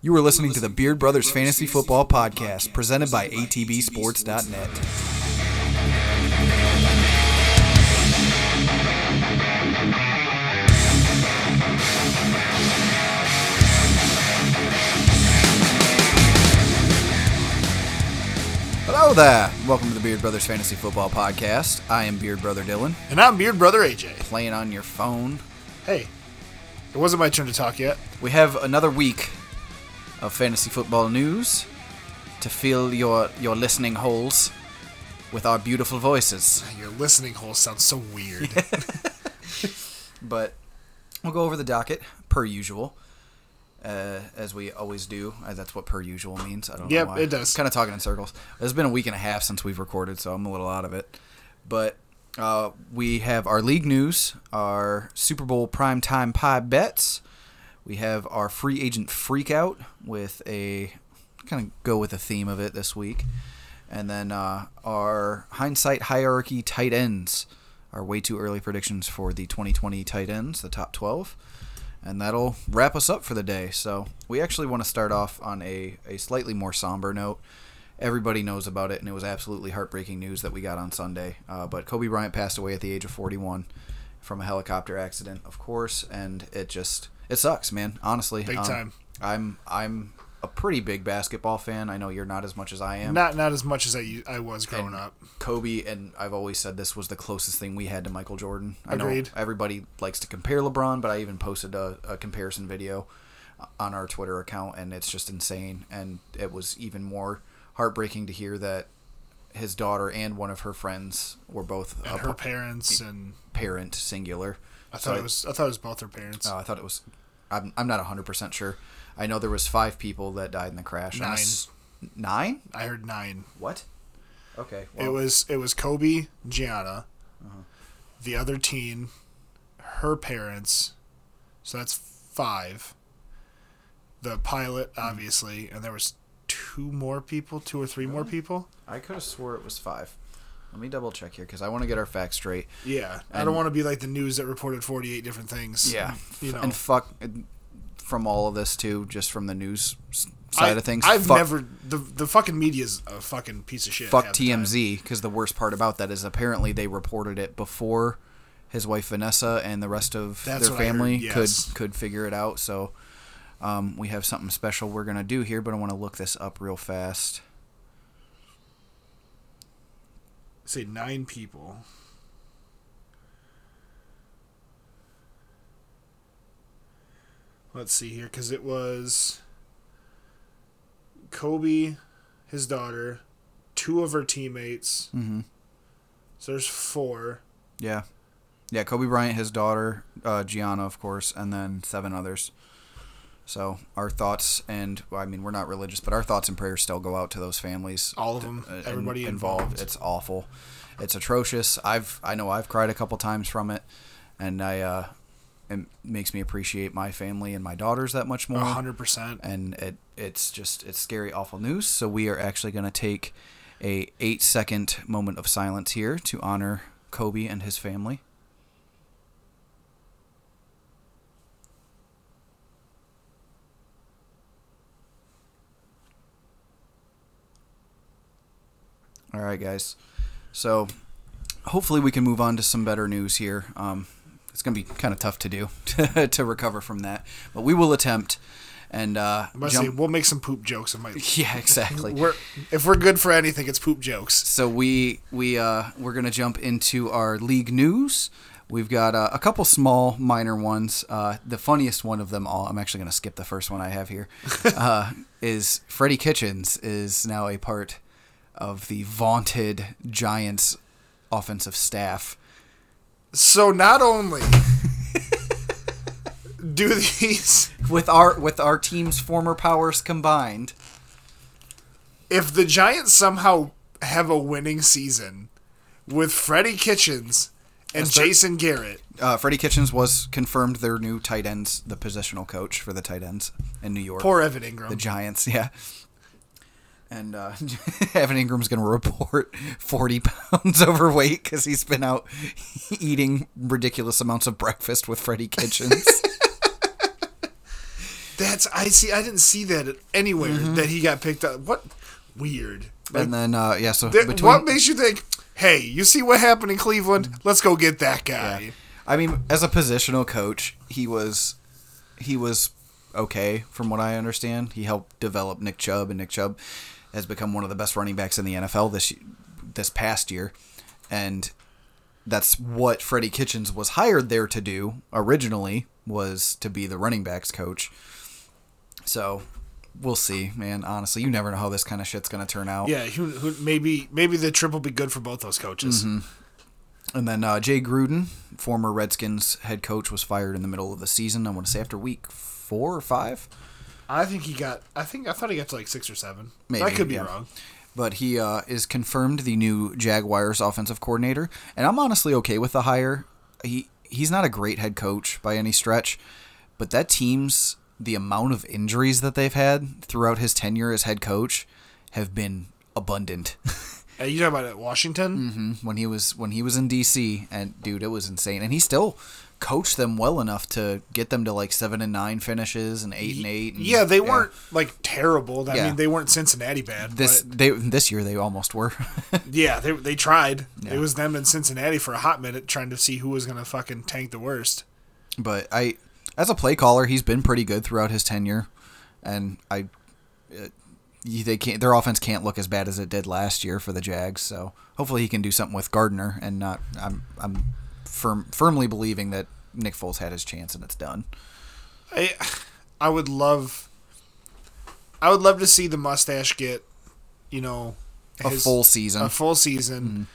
You are listening to the Beard Brothers Fantasy Football Podcast, presented by ATBSports.net. Hello there! Welcome to the Beard Brothers Fantasy Football Podcast. I am Beard Brother Dylan, And I'm Beard Brother AJ. playing on your phone. Hey, it wasn't my turn to talk yet. We have another week of fantasy football news to fill your, your listening holes with our beautiful voices. Your listening hole sounds so weird. But we'll go over the docket per usual, uh, as we always do. Uh, that's what per usual means. I don't Yep, know why. it does. Kind of talking in circles. It's been a week and a half since we've recorded, so I'm a little out of it. But uh, we have our league news, our Super Bowl primetime pie bets. We have our free agent freakout with a kind of go with the theme of it this week. And then uh, our hindsight hierarchy tight ends, our way too early predictions for the 2020 tight ends, the top 12. And that'll wrap us up for the day. So we actually want to start off on a, a slightly more somber note. Everybody knows about it, and it was absolutely heartbreaking news that we got on Sunday. Uh, but Kobe Bryant passed away at the age of 41 from a helicopter accident, of course, and it just it sucks, man. Honestly, Um, Big time. I'm I'm a pretty big basketball fan. I know you're not as much as I am. not not as much as I u- I was growing up. Kobe and I've always said this was the closest thing we had to Michael Jordan. I Agreed. know everybody likes to compare LeBron, but I even posted a, a comparison video on our Twitter account, and it's just insane. And it was even more heartbreaking to hear that his daughter and one of her friends were both a And Uh, her p- parents and parent singular. I thought it was I thought it was both her parents. Uh, I thought it was. I'm, I'm not 100% sure. I know there was five people that died in the crash. and I Nine. s- nine? I heard nine. What? Okay. It was it was Kobe, Gianna, Uh-huh. the other teen, her parents. So that's five. The pilot, obviously, and there was two more people, two or three more people. I could have swore it was five. Let me double check here because I want to get our facts straight. Yeah, I And- don't want to be like the news that reported 48 different things. you know, and fuck from all of this too, just from the news s- side I- of things. I've fuck, never the the fucking media's a fucking piece of shit. fuck half the time. TMZ because the worst part about that is apparently they reported it before his wife Vanessa and the rest of That's their what I heard, family yes. could could figure it out. So um, we have something special we're gonna do here, but I want to look this up real fast. Say nine people. Let's see here, because it was Kobe, his daughter, two of her teammates. Mm-hmm. So there's four. Yeah. Yeah, Kobe Bryant, his daughter, uh, Gianna, of course, and then seven others. So our thoughts and well, I mean we're not religious, but our thoughts and prayers still go out to those families. All of 'em, Uh, and- everybody involved. It's awful. It's atrocious. I've I know I've cried a couple times from it, and I uh, it makes me appreciate my family and my daughters that much more A hundred percent. and it it's just it's scary awful news so we are actually going to take a 8 second moment of silence here to honor Kobe and his family All right guys so hopefully we can move on to some better news here. Um, it's going to be kind of tough to do to recover from that, but we will attempt. And uh, I must say, jump- we'll make some poop jokes. It might. yeah, exactly. We're if we're good for anything, it's poop jokes. So we we uh, we're gonna jump into our league news. We've got uh, a couple small, minor ones. Uh, the funniest one of them all. I'm actually gonna skip the first one I have here. Uh, is Freddie Kitchens is now a part of the vaunted Giants offensive staff. So not only do these, with our with our team's former powers combined. if the Giants somehow have a winning season with Freddie Kitchens and Jason Garrett, Uh, Freddie Kitchens was confirmed their new tight ends, the positional coach for the tight ends in New York. poor Evan the Ingram. Giants, yeah. And uh, Evan Ingram's going to report 40 pounds overweight because he's been out eating ridiculous amounts of breakfast with Freddie Kitchens. That's I see. I didn't see that anywhere Mm-hmm. that he got picked up. What weird. Like, and then uh, yeah, so that- between Mm-hmm. what makes you think? Hey, you see what happened in Cleveland? Let's go get that guy. I mean, as a positional coach, he was he was okay from what I understand. He helped develop Nick Chubb, and Nick Chubb has become one of the best running backs in the NFL this this past year, and that's what Freddie Kitchens was hired there to do originally was to be the running backs coach. So we'll see, man. Honestly, you never know how this kind of shit's gonna turn out. Yeah, who, who, maybe maybe the trip will be good for both those coaches. Mm-hmm. And then uh, Jay Gruden, former Redskins head coach, was fired in the middle of the season. I want to say after week four or five, I think he got. I think I thought he got to like six or seven. Maybe, I could be yeah. wrong. but he uh, is confirmed the new Jaguars offensive coordinator. And I'm honestly okay with the hire. He he's not a great head coach by any stretch, but that team's the amount of injuries that they've had throughout his tenure as head coach have been abundant. Uh, you talking about at Washington? Mm-hmm. when he was when he was in DC and dude it was insane and he still coached them well enough to get them to like 7 and 9 finishes and 8 and 8 and, Yeah, they weren't like terrible. I Yeah. mean, they weren't Cincinnati bad. this but they this year they almost were yeah, they they tried. It was them in Cincinnati for a hot minute, trying to see who was gonna fucking tank the worst. but I as a play caller he's been pretty good throughout his tenure and I uh, you- they can't their offense can't look as bad as it did last year for the Jags so hopefully he can do something with Gardner and not I'm I'm firm, firmly believing that Nick Foles had his chance and it's done I I would love I would love to see the mustache get, you know, a his- full season Mm. a full season.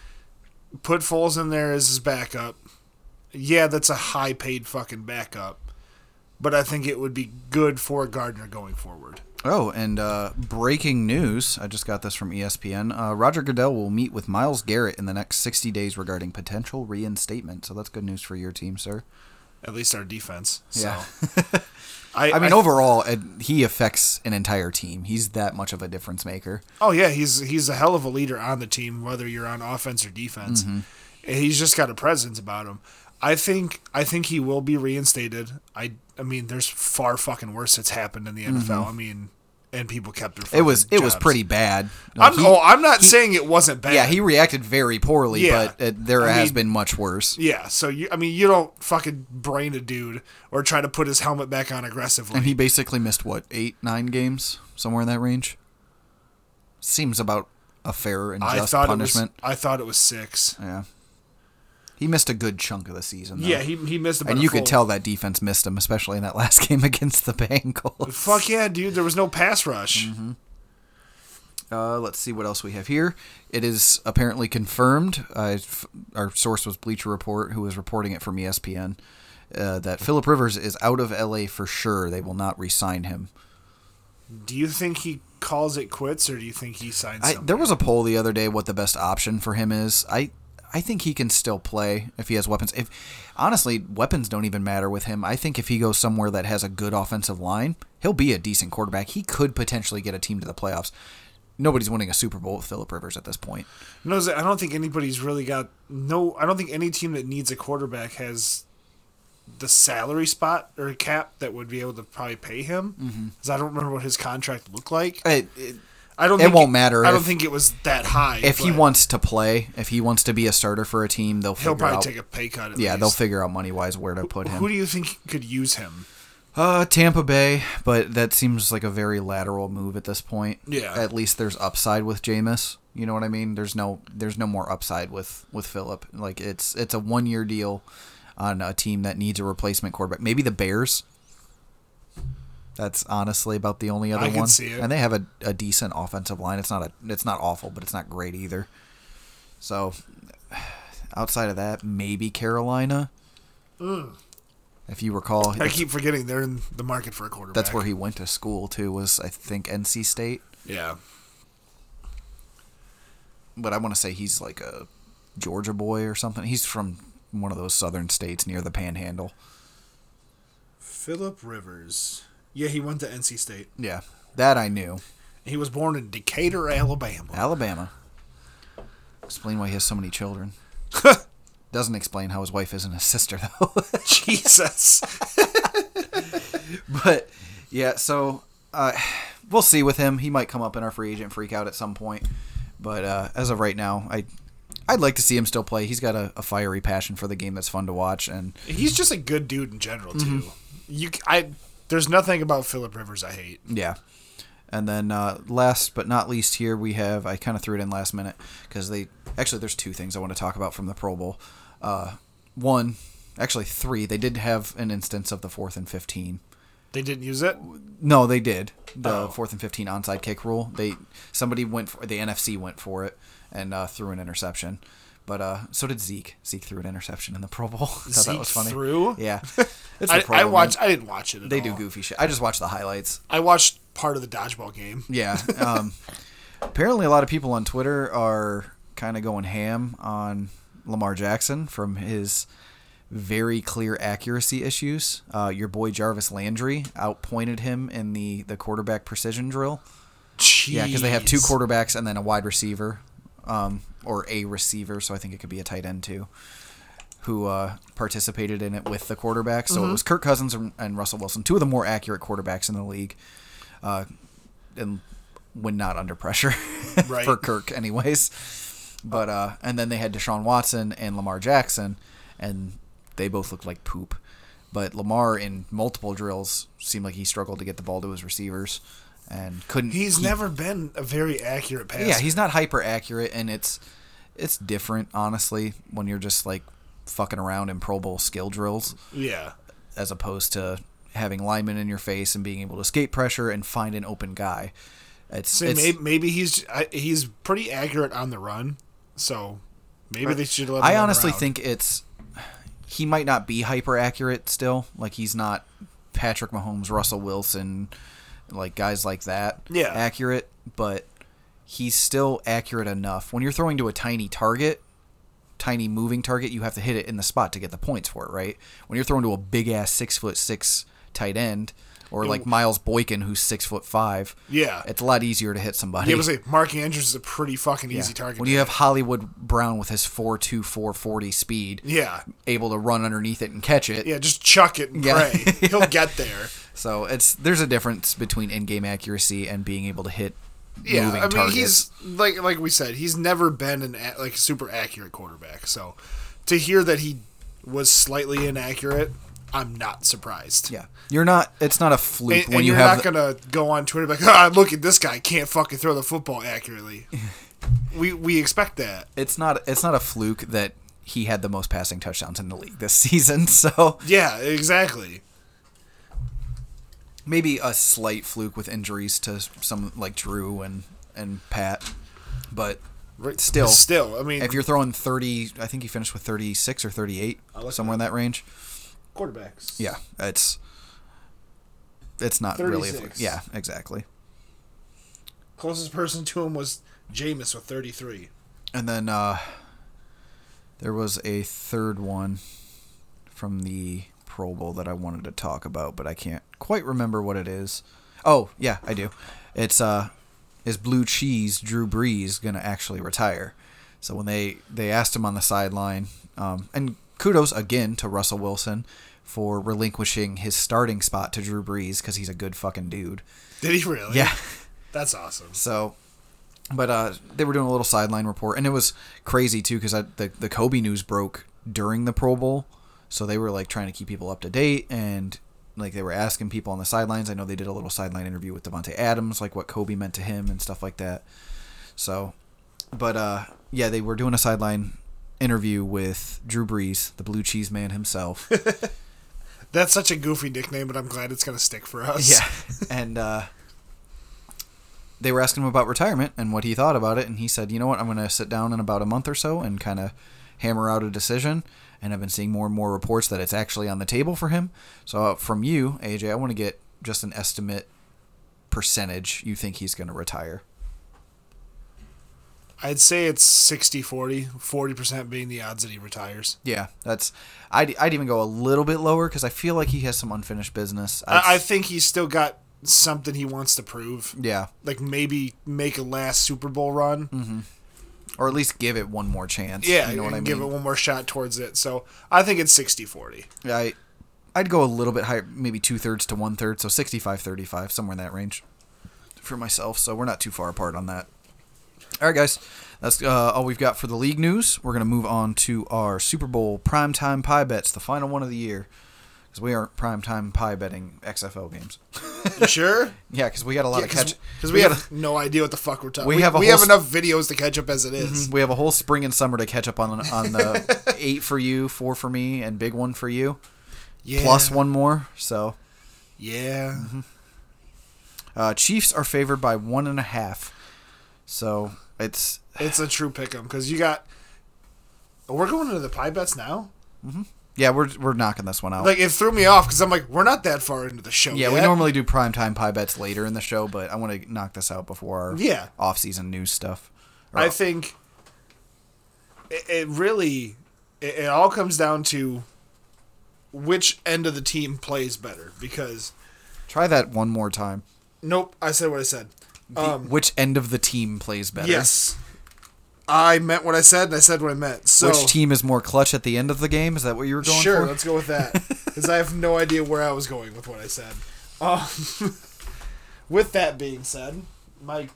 Put Foles in there as his backup. Yeah, that's a high paid fucking backup. But I think it would be good for Gardner going forward. Oh, and uh, breaking news! I just got this from ESPN. Uh, Roger Goodell will meet with Miles Garrett in the next 60 days regarding potential reinstatement. So that's good news for your team, sir. At least our defense. So Yeah. I, I mean, I- overall, it, he affects an entire team. He's that much of a difference maker. Oh yeah, he's he's a hell of a leader on the team, whether you're on offense or defense. Mm-hmm. And He's just got a presence about him. I think I think he will be reinstated. I I mean, there's far fucking worse that's happened in the NFL. I mean, and people kept their. Mm-hmm. It was it fucking was jobs. pretty bad. I'm, Like, he- oh, I'm not saying it wasn't bad. yeah, he reacted very poorly, Yeah. but uh there I has mean- been much worse. Yeah, so you, I mean, you don't fucking brain a dude or try to put his helmet back on aggressively. And he basically missed what eight, nine games, somewhere in that range. Seems about a fair and I just thought punishment. it was. I thought it was six. Yeah. He missed a good chunk of the season. Though. Yeah, he, he missed about. and a you could full- tell that defense missed him, especially in that last game against the Bengals. Fuck yeah, dude! There was no pass rush. Mm-hmm. Uh, let's see what else we have here. It is apparently confirmed. Uh, f- our source was Bleacher Report, who was reporting it from E ESPN, uh, that Philip Rivers is out of LA for sure. They will not re-sign him. Do you think he calls it quits, or do you think he signs? I, something? there was a poll the other day what the best option for him is. I I think he can still play if he has weapons. If honestly, weapons don't even matter with him. I think if he goes somewhere that has a good offensive line, he'll be a decent quarterback. He could potentially get a team to the playoffs. Nobody's winning a Super Bowl with Philip Rivers at this point. No, I don't think anybody's really got no. I don't think any team that needs a quarterback has the salary spot or cap that would be able to probably pay him. Mm-hmm. Because I don't remember what his contract looked like. It, it- I don't. it think won't matter I don't if- think it was that high. if he but wants to play, if he wants to be a starter for a team, they'll he'll figure probably out. take a pay cut. At yeah, least. they'll figure out money wise where to put him. Who do you think could use him? Uh, Tampa Bay, but that seems like a very lateral move at this point. Yeah. At least there's upside with Jameis. You know what I mean? There's no there's no more upside with with Philip. Like it's it's a one year deal on a team that needs a replacement quarterback. Maybe the Bears. That's honestly about the only other I can one. see it. And they have a, a decent offensive line. It's not a it's not awful, but it's not great either. So outside of that, maybe Carolina. Mm. If you recall, I keep forgetting they're in the market for a quarterback. that's where he went to school too. Was I think NC State, Yeah. but I want to say he's like a Georgia boy or something. He's from one of those southern states near the Panhandle. Philip Rivers. Yeah, he went to NC State. Yeah, that I knew. He was born in Decatur, Alabama. Alabama. Explain why he has so many children. Doesn't explain how his wife isn't his sister though. Jesus. but Yeah, so uh, we'll see with him. He might come up in our free agent freak out at some point. But uh, as of right now, I I'd like to see him still play. He's got a, a fiery passion for the game that's fun to watch and He's just a good dude in general too. Mm-hmm. You, c- I, there's nothing about Philip Rivers I hate. Yeah. And then uh, last but not least, here we have I kind of threw it in last minute because they actually there's two things I want to talk about from the Pro Bowl. Uh, one, actually three. They did have an instance of the fourth and fifteen. They didn't use it. No, they did the Oh. fourth and fifteen onside kick rule. They somebody went for the NFC went for it and uh, threw an interception. But uh, so did Zeke. Zeke threw an interception in the Pro Bowl. I thought Zeke that was funny. through? Yeah, it's I, the Pro I Bowl, watched. man. I didn't watch it. At They do all. goofy shit. I just watch the highlights. I watched part of the dodgeball game. Yeah. Um, apparently, a lot of people on Twitter are kind of going ham on Lamar Jackson from his very clear accuracy issues. Uh, your boy Jarvis Landry outpointed him in the, the quarterback precision drill. Yeah, because they have two Jeez. quarterbacks and then a wide receiver, um, or a receiver. So I think it could be a tight end too, who uh, participated in it with the quarterback. Mm-hmm. So it was Kirk Cousins and, and Russell Wilson, two of the more accurate quarterbacks in the league, uh, and when not under pressure Right. for Kirk, anyways. But uh, and then they had Deshaun Watson and Lamar Jackson, and they both looked like poop. But Lamar in multiple drills seemed like he struggled to get the ball to his receivers, and couldn't. He's he- never been a very accurate passer. yeah, he's not hyper accurate, and it's it's different, honestly, when you're just like fucking around in Pro Bowl skill drills, Yeah. as opposed to having linemen in your face and being able to escape pressure and find an open guy. It's, So it's- maybe, maybe he's I, he's pretty accurate on the run. So maybe they should let him. I run honestly around. think it's he might not be hyper accurate still. Like he's not Patrick Mahomes, Russell Wilson, like guys like that. Yeah. accurate, but he's still accurate enough. When you're throwing to a tiny target, tiny moving target, you have to hit it in the spot to get the points for it, right? When you're throwing to a big ass six foot six tight end. Or like Miles Boykin, who's six foot five. Yeah. it's a lot easier to hit somebody. Yeah, I was like, Mark Andrews is a pretty fucking Yeah. easy target. When you have Hollywood Brown with his four two four forty speed, yeah. able to run underneath it and catch it. Yeah, just chuck it and Yeah. pray. He'll get there. So it's there's a difference between in-game accuracy and being able to hit Yeah, moving I mean targets. he's like like we said, he's never been an a- like super accurate quarterback. So to hear that he was slightly inaccurate, I'm not surprised. yeah, you're not. It's not a fluke And, when and you you're have. not the- gonna go on Twitter like, ah, look at this guy can't fucking throw the football accurately. we we expect that. it's not. It's not a fluke that he had the most passing touchdowns in the league this season. So Yeah, exactly. maybe a slight fluke with injuries to some like Drew and and Pat, but Right. Still. still. I mean, if you're throwing 30, I think he finished with 36 or 38, looked it somewhere in that range. quarterbacks. Yeah, it's it's not really. A fluke. 36. Yeah, exactly. Closest person to him was Jameis with 33. And then uh, there was a third one from the Pro Bowl that I wanted to talk about, but I can't quite remember what it is. Oh, yeah, I do. It's uh, is blue cheese Drew Brees gonna actually retire? So when they they asked him on the sideline, um, and kudos again to Russell Wilson for relinquishing his starting spot to Drew Brees because he's a good fucking dude. Did he really? Yeah. That's awesome. So, but uh, they were doing a little sideline report, and it was crazy too because the the Kobe news broke during the Pro Bowl, so they were like trying to keep people up to date and. Like they were asking people on the sidelines. I know they did a little sideline interview with Devonte Adams, like what Kobe meant to him and stuff like that. So, but uh, yeah, they were doing a sideline interview with Drew Brees, the Blue Cheese Man himself. That's such a goofy nickname, but I'm glad it's gonna stick for us. Yeah, and uh, they were asking him about retirement and what he thought about it, and he said, "You know what? I'm going to sit down in about a month or so and kind of hammer out a decision." And I've been seeing more and more reports that it's actually on the table for him. So uh, from you, AJ, I want to get just an estimate percentage you think he's going to retire. I'd say it's 60 40, 40% being the odds that he retires. Yeah, that's. I'd, I'd even go a little bit lower because I feel like he has some unfinished business. I, I think he's still got something he wants to prove. yeah, Like maybe make a last Super Bowl run. or at least give it one more chance. Yeah, Mm-hmm. you know what and I mean. give it one more shot towards it. So I think it's 60 40. I I'd go a little bit higher, maybe two thirds to one third, so 65 35, somewhere in that range for myself. So we're not too far apart on that. All right, guys, that's uh, all we've got for the league news. We're going to move on to our Super Bowl primetime pie bets, the final one of the year, because we aren't primetime pie betting XFL games. You sure? Yeah, because we got a lot of catch. Because we, got have no idea what the fuck we're talking. We We, we have have a whole s- Mm-hmm. enough videos to catch up as it is. We have a whole spring and summer to catch up on on the eight for you, four for me, and big one for you, Yeah. plus one Mm-hmm. more. So Yeah. uh, Chiefs are favored by one and a half. So it's It's a true pick 'em because you got. We're going into the pie bets now. yeah, we're we're knocking this one out. Like it threw me off because I'm like, we're not that far into the show. yeah, yet. we normally do primetime pie bets later in the show, but I want to knock this out before our Yeah. off-season news stuff. Or- I think it, it really it, it all comes down to which end of the team plays better because try that one more time. nope, I said what I said. Um, Which end of the team plays better? yes, I meant what I said and I said what I meant. So Which team is more clutch at the end of the game? Is that what you were going sure, for? let's go with that because I have no idea where I was going with what I said. Um, with that being said, my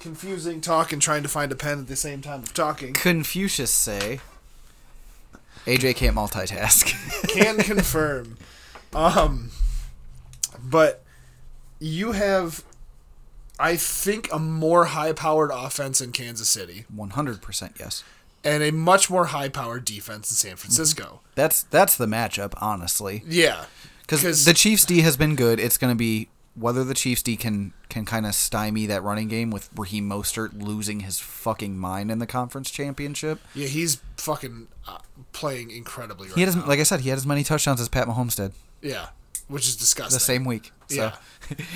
confusing talk and trying to find a pen at the same time of talking Confucius say. AJ can't multitask. can confirm. Um, but you have, I think, a more high-powered offense in Kansas City 100% yes. and a much more high-powered defense in San Francisco. That's that's the matchup, honestly. Yeah, Because the Chiefs D has been good. It's going to be whether the Chiefs D can can kind of stymie that running game with Raheem Mostert losing his fucking mind in the conference championship. yeah, he's fucking uh, playing incredibly right He had as, now. like I said, he had as many touchdowns as Pat Mahomes did Yeah, which is disgusting. the same week. So Yeah.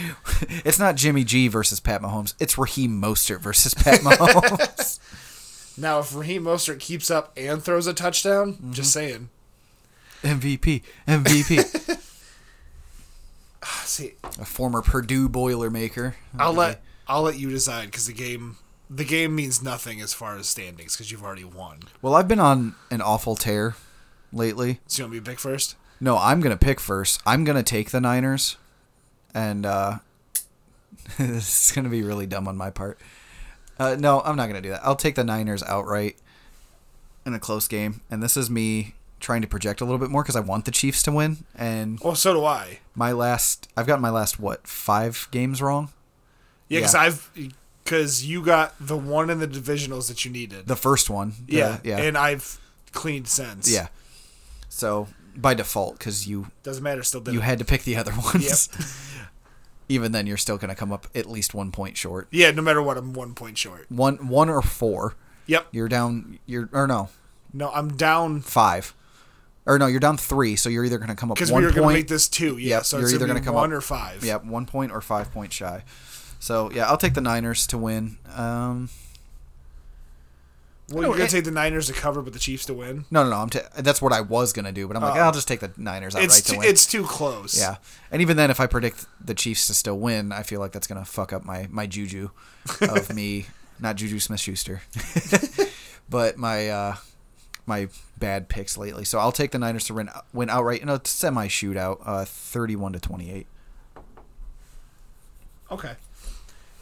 it's not Jimmy G versus Pat Mahomes. It's Raheem Mostert versus Pat Mahomes. Now, if Raheem Mostert keeps up and throws a touchdown, just Mm-hmm. saying. MVP, MVP, See, a former Purdue Boilermaker. I'll let I'll let you decide because the game the game means nothing as far as standings because you've already won. Well, I've been on an awful tear lately. So you want me to pick first? No, I'm gonna pick first. I'm gonna take the Niners, and uh, this is gonna be really dumb on my part. Uh, no, I'm not gonna do that. I'll take the Niners outright in a close game, and this is me trying to project a little bit more because I want the Chiefs to win. And Well, so do I. my last, I've gotten my last what five games wrong. Yeah, because Yeah. I've because you got the one in the divisionals that you needed. The first one, the- yeah, yeah, and I've cleaned since. yeah. So by default, because you doesn't matter. Still did you it. had to pick the other ones. Even then, you're still gonna come up at least one point short. yeah. No matter what, I'm one point short. one one or four. Yep. You're down. You're or no No, I'm down five, or no you're down three. So you're either going to come up because one we were going to point. make this two. Yeah, Yep, so you're it's either either going gonna to come come one up- or five. yeah, one point or five point shy. So yeah, I'll take the Niners to win. Um, Well, No, you're going it- to take the Niners to cover, but the Chiefs to win. no, no, no. I'm ta- that's what I was going to do, but I'm like Oh. I'll just take the Niners outright It's to too, win. it's too close. yeah, and even then, if I predict the Chiefs to still win, I feel like that's going to fuck up my my juju of me not Juju Smith Schuster, but my. uh my bad picks lately. So I'll take the Niners to win, win outright in a semi shootout, uh, thirty-one to twenty-eight. Okay.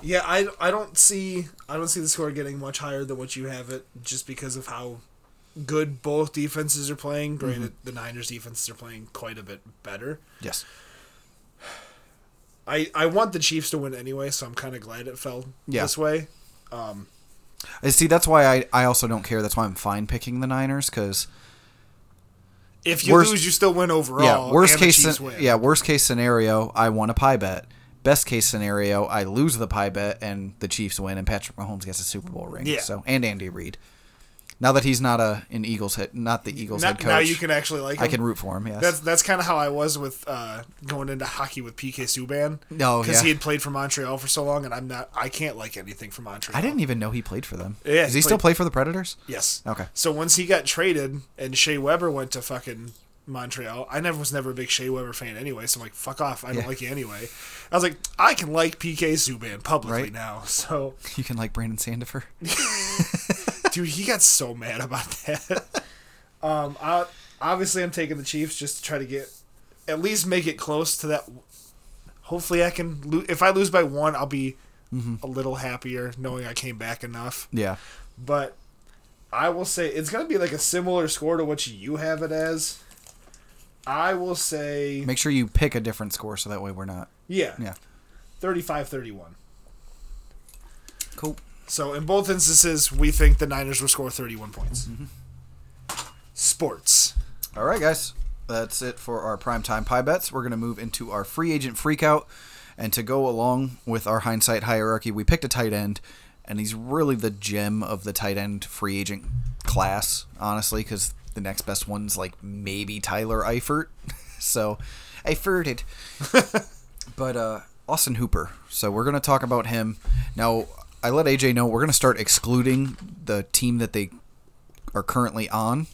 Yeah, I, I don't see I don't see the score getting much higher than what you have it just because of how good both defenses are playing. Granted, Mhm. the Niners defenses are playing quite a bit better. Yes. I, I want the Chiefs to win anyway, so I'm kind of glad it fell Yeah. this way. I Uh, see. That's why I, I also don't care. That's why I'm fine picking the Niners because If you Worst- lose, you still win overall. yeah, worst and the case Chiefs scen- win. yeah worst case scenario I won a pie bet. Best case scenario I lose the pie bet and the Chiefs win and Patrick Mahomes gets a Super Bowl ring. Yeah. So and Andy Reid. Now that he's not a an Eagles head not the Eagles Now, head coach, now you can actually like. I can him. root for him. Yes. That's that's kind of how I was with uh, going into hockey with PK Subban. No, because Oh, yeah. he had played for Montreal for so long, and I'm not. I can't like anything for Montreal. I didn't even know he played for them. Yeah, Does he he still play played- for the Predators? Yes. Okay. So once he got traded and Shea Weber went to fucking Montreal, I never was never a big Shea Weber fan anyway. So I'm like, fuck off. I Yeah. don't like you anyway. I was like, I can like PK Subban publicly Right. now. So, You can like Brandon Sandifer. dude, he got so mad about that. um, I, obviously I'm taking the Chiefs just to try to get at least make it close to that. Hopefully, I can. Lo- if I lose by one, I'll be Mm-hmm. a little happier knowing I came back enough. Yeah. But I will say it's gonna be like a similar score to what you have it as. I will say Make sure you pick a different score so that way we're not. yeah, Yeah. 35-31. Cool. So in both instances, we think the Niners will score 31 points. Mm-hmm. Sports. All right, guys. That's it for our primetime pie bets. We're going to move into our free agent freakout. And to go along with our hindsight hierarchy, we picked a tight end, and he's really the gem of the tight end free agent class, honestly, because the next best one's like maybe Tyler Eifert. so, Eiferted. but uh, Austin Hooper. So we're going to talk about him. Now, I let AJ know we're going to start excluding the team that they are currently on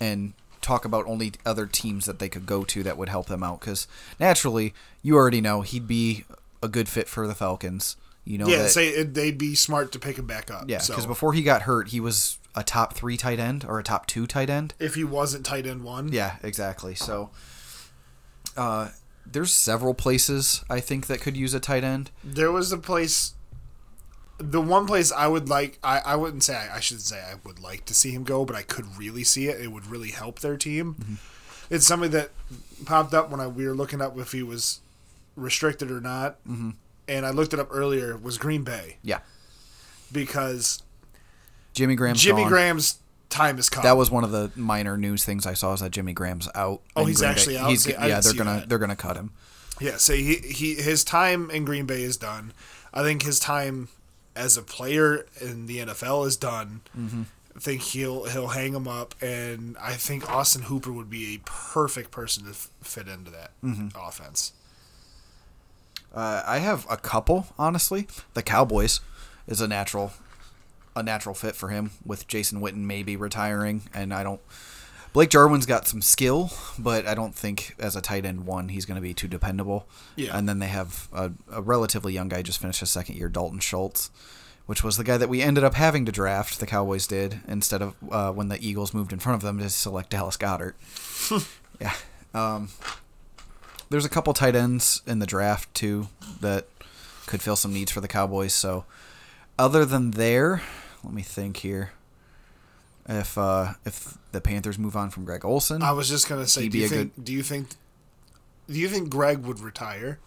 and talk about only other teams that they could go to that would help them out because naturally you already know he'd be a good fit for the falcons you know yeah, that, say it, they'd be smart to pick him back up. yeah so because before he got hurt he was a top three tight end or a top two tight end if he wasn't tight end one, yeah exactly so uh there's several places i think that could use a tight end there was a place. The one place I would like, I, I wouldn't say I, I should say I would like to see him go, but I could really see it. It would really help their team. It's something that popped up when I we were looking up if he was restricted or not, mm-hmm. and I looked it up earlier. Was Green Bay yeah because jimmy graham Jimmy Graham's time is come. that was one of the minor news things I saw is that Jimmy Graham's out. Oh, in he's Green actually Bay. out? See, yeah, I didn't they're see gonna that. they're gonna cut him. yeah. So he, he his time in Green Bay is done. I think his time as a player in the NFL is done. Mm-hmm. I think he'll he'll hang him up, and I think Austin Hooper would be a perfect person to f- fit into that Mm-hmm. offense. Uh, I have a couple, honestly. The Cowboys is a natural, a natural fit for him with Jason Witten maybe retiring, and I don't. Blake Jarwin's got some skill, but I don't think as a tight end one he's going to be too dependable. Yeah. And then they have a, a relatively young guy just finished his second year, Dalton Schultz, which was the guy that we ended up having to draft. The Cowboys did instead of uh, when the Eagles moved in front of them to select Dallas Goddard. yeah. Um, there's a couple tight ends in the draft too that could fill some needs for the Cowboys. So, other than there, let me think here. If uh, if the Panthers move on from Greg Olson, I was just gonna say, He'd do be you a think do you think do you think Greg would retire?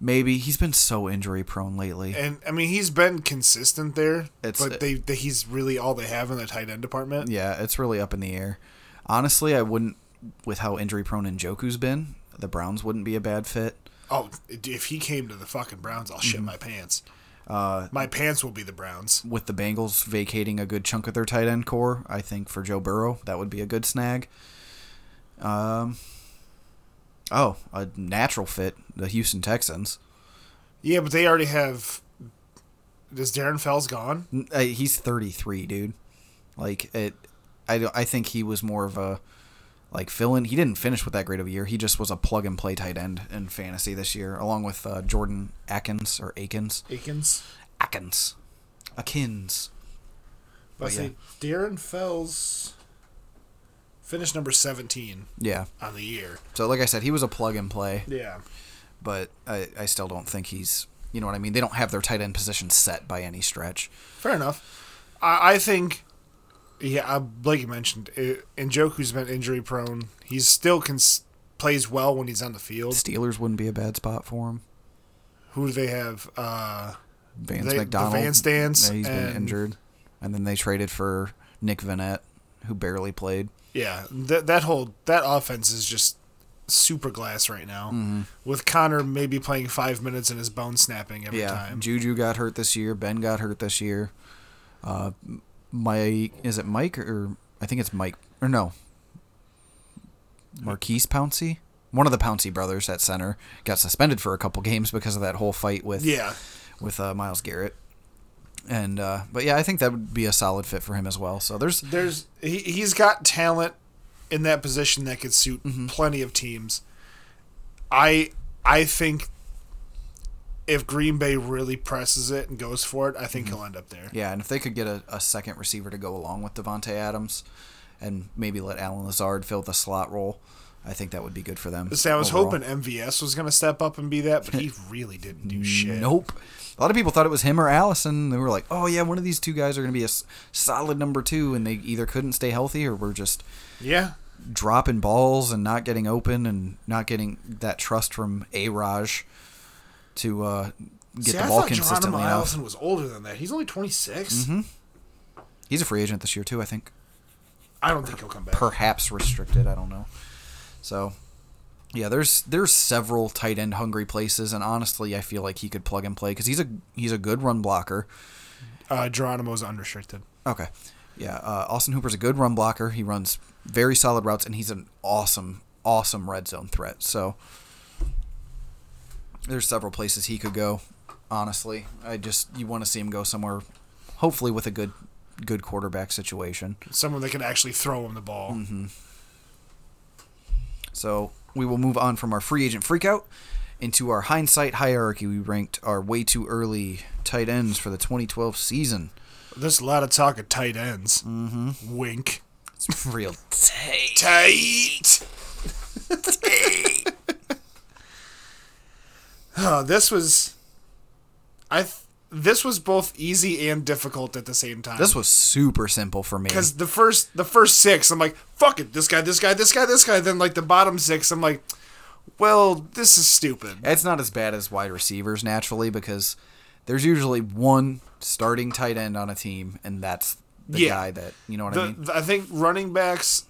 maybe he's been so injury prone lately. And I mean, he's been consistent there, It's- uh, but they, they he's really all they have in the tight end department. Yeah, it's really up in the air. Honestly, I wouldn't with how injury prone Njoku's been. The Browns wouldn't be a bad fit. Oh, if he came to the fucking Browns, I'll Mm-hmm. shit my pants. Uh, My pants will be the Browns. with the Bengals vacating a good chunk of their tight end core, I think for Joe Burrow that would be a good snag. Um, oh, a natural fit, the Houston Texans. Yeah, but they already have. Is Darren Fell's gone? N- uh, He's 33, dude. Like it, I don't- I think he was more of a like fill in. He didn't finish with that great of a year. He just was a plug and play tight end in fantasy this year, along with uh, Jordan Atkins or Akins, Akins. Atkins, Akins. But yeah. see, Darren Fell's finished number seventeen Yeah. on the year. So like I said, he was a plug and play. Yeah. but I, I still don't think he's you know what I mean. They don't have their tight end position set by any stretch. Fair enough. I, I think, yeah, I, like you mentioned, it, Njoku's been injury prone. He's still cons- plays well when he's on the field. Steelers wouldn't be a bad spot for him. Who do they have? Uh, Vance They- the McDonald, Vance dance yeah, he's been and- injured, and then they traded for Nick Vanette, who barely played. yeah, that that whole that offense is just super glass right now. With Connor maybe playing five minutes and his bone snapping every Yeah, time. Juju got hurt this year. Ben got hurt this year. Uh, Mike is it Mike or I think it's Mike or no, Marquise Pouncey. One of the Pouncey brothers at center got suspended for a couple games because of that whole fight with Yeah, with uh, Miles Garrett. And uh, but yeah, I think that would be a solid fit for him as well. So there's there's he he's got talent in that position that could suit Mm-hmm. plenty of teams. I I think if Green Bay really presses it and goes for it, I think he'll end up there. Mm-hmm. yeah, and if they could get a, a second receiver to go along with Devonte Adams, and maybe let Alan Lazard fill the slot role, I think that would be good for them. See, I was overall. hoping MVS was going to step up and be that, but he really didn't do shit. Nope. A lot of people thought it was him or Allison. They were like, "Oh yeah, one of these two guys are going to be a s- solid number two, and they either couldn't stay healthy or were just Yeah. dropping balls and not getting open and not getting that trust from A Raj to uh, get See, the I ball thought Geronimo consistently enough. Mm-hmm. Allison was older than that. He's only 26. He's a free agent this year too, I think. I don't think he'll come back. Perhaps restricted, I don't know. So, yeah, there's there's several tight end hungry places, and honestly, I feel like he could plug and play because he's a he's a good run blocker. Uh, Geronimo's unrestricted. Okay. Yeah, uh, Austin Hooper's a good run blocker. He runs very solid routes, and he's an awesome, awesome red zone threat. So there's several places he could go. Honestly, I just you want to see him go somewhere, hopefully with a good, good quarterback situation. Someone that can actually throw him the ball. Mm-hmm. So we will move on from our free agent freakout into our hindsight hierarchy. We ranked our way too early tight ends for the 2012 season. There's a lot of talk of tight ends. Mm-hmm. Wink. Real Tight. oh, this was, I. Th- this was both easy and difficult at the same time. This was super simple for me. because the first the first six, I'm like, fuck it, this guy, this guy, this guy, this guy. Then like the bottom six, I'm like, well, this is stupid. It's not as bad as wide receivers naturally because there's usually one starting tight end on a team, and that's the Yeah. guy that you know what I The, mean. the- I think running backs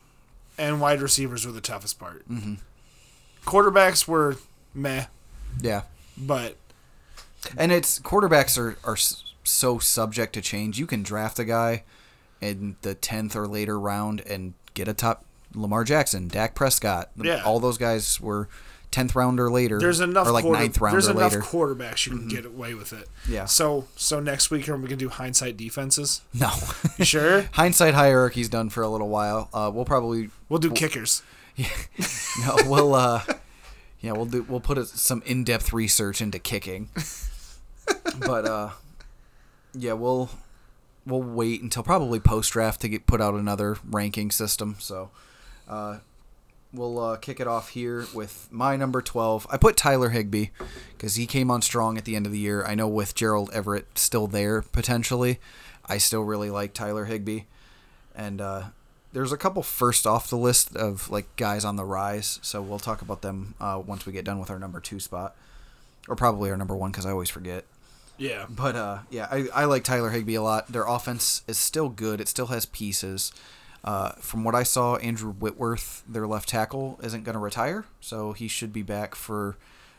and wide receivers were the toughest part. Mm-hmm. Quarterbacks were meh, Yeah, but and it's quarterbacks are are s- so subject to change. You can draft a guy in the tenth or later round and get a top Lamar Jackson, Dak Prescott. Yeah. all those guys were tenth round or later. there's enough or like quarter- ninth round there's or enough later. Mm-hmm. quarterbacks you can get away with it. Yeah. So so next week are we gonna do hindsight defenses? no. You sure? Hindsight hierarchy's done for a little while. Uh, we'll probably We'll do kickers. no, we'll uh, yeah, we'll do we'll put a, some in depth research into kicking. but uh, yeah, we'll we'll wait until probably post draft to get put out another ranking system. So uh, we'll uh, kick it off here with my number twelve. I put Tyler Higby because he came on strong at the end of the year. I know with Gerald Everett still there potentially, I still really like Tyler Higby and uh, there's a couple first off the list of like guys on the rise. So we'll talk about them uh, once we get done with our number two spot, or probably our number one because I always forget. Yeah. But uh, yeah, I, I like Tyler Higby a lot. Their offense is still good. It still has pieces. Uh, from what I saw, Andrew Whitworth, their left tackle, isn't going to retire, so he should be back for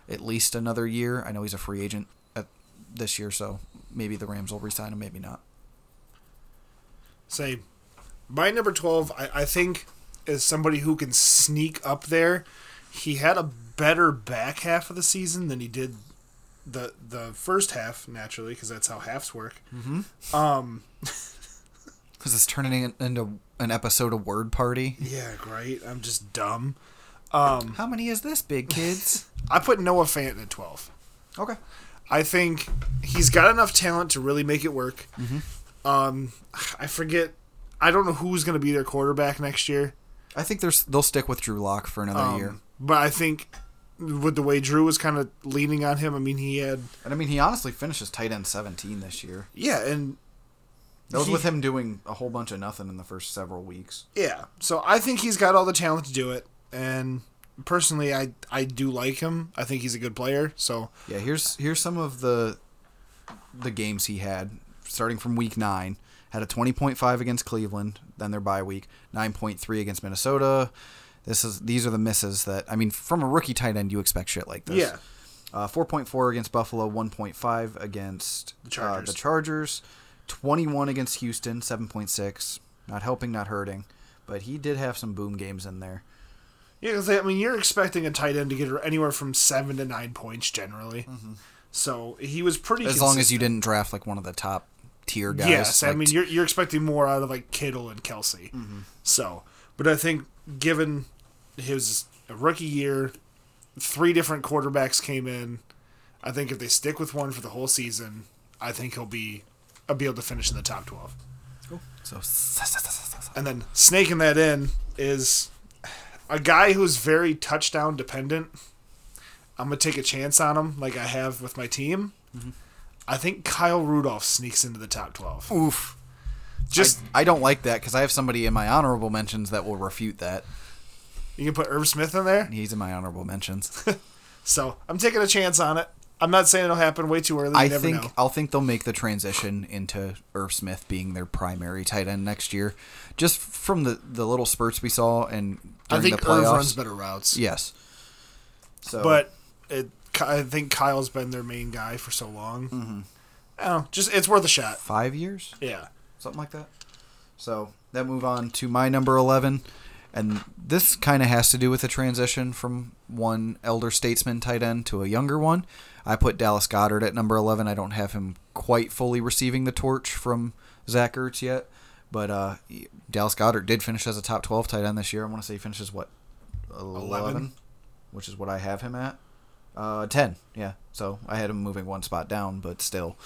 at least another year. I know he's a free agent at this year, so maybe the Rams will resign him, maybe not. Say, my number 12, I, I think, is somebody who can sneak up there. He had a better back half of the season than he did the the first half, naturally, because that's how halves work. Mm-hmm. Um, Because it's turning in- into an episode of Word Party. yeah, right. I'm just dumb. Um, How many is this, big kids? I put Noah Fant at 12. okay. I think he's got enough talent to really make it work. Mm-hmm. Um, I forget. I don't know who's going to be their quarterback next year. I think there's they'll stick with Drew Lock for another Um, year. But I think with the way Drew was kind of leaning on him, I mean, he had And I mean, he honestly finishes tight end 17 this year. Yeah, and That was He- with him doing a whole bunch of nothing in the first several weeks. yeah, so I think he's got all the talent to do it, and personally, I I do like him. I think he's a good player. So Yeah, here's here's some of the the games he had starting from week 9. Had a 20.5 against Cleveland, then their bye week, 9.3 against Minnesota. This is these are the misses that I mean from a rookie tight end you expect shit like this. Yeah. Uh, 4.4 against Buffalo, 1.5 against the Chargers. Uh, the Chargers, 21 against Houston, 7.6. Not helping, not hurting, but he did have some boom games in there. yeah, 'cause, I mean, you're expecting a tight end to get anywhere from seven to nine points generally. So he was pretty. Mm-hmm. As long as you didn't consistent. draft like one of the top tier guys. Yes, I like, Mm-hmm. mean, you're you're expecting more out of like Kittle and Kelsey. So, but I think given his rookie year, three different quarterbacks came in. I think if they stick with one for the whole season, I think he'll be, i be able to finish in the top twelve. so And then snaking that in is a guy who's very touchdown dependent. I'm gonna take a chance on him, like I have with my team. Mm-hmm. I think Kyle Rudolph sneaks into the top twelve. Oof. Just I don't like that because I have somebody in my honorable mentions that will refute that. you can put Herb Smith in there. He's in my honorable mentions. So I'm taking a chance on it. I'm not saying it'll happen way too early. You I never think know. I'll think they'll make the transition into Irv Smith being their primary tight end next year, just from the the little spurts we saw and I during think the Irv playoffs. runs better routes. Yes. So, But it, Ky- I think Kyle's been their main guy for so long. Mm-hmm. I don't know. Just it's worth a shot. five years, Yeah. something like that. So then move on to my number eleven, and this kind of has to do with the transition from one elder statesman tight end to a younger one. I put Dallas Goddard at number eleven. I don't have him quite fully receiving the torch from Zach Ertz yet, but uh, Dallas Goddard did finish as a top twelve tight end this year. I want to say he finishes what eleven, which is what I have him at. Uh, ten, yeah. So I had him moving one spot down, but still,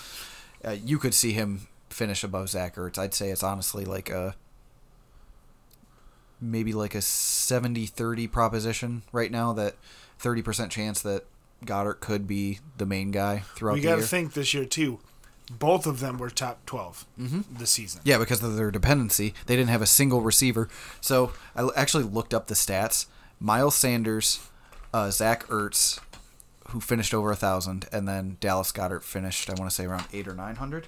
uh, you could see him finish above Zach Ertz. I'd say it's honestly like a maybe like a 70-30 proposition right now. That thirty percent chance that Goddard could be the main guy throughout We the got to year. think this year too. Both of them were top 12 this season. Mm-hmm. Yeah, because of their dependency, they didn't have a single receiver. So I l- actually looked up the stats: Miles Sanders, uh, Zach Ertz, who finished over a thousand, and then Dallas Goddard finished, I want to say, around eight or nine hundred.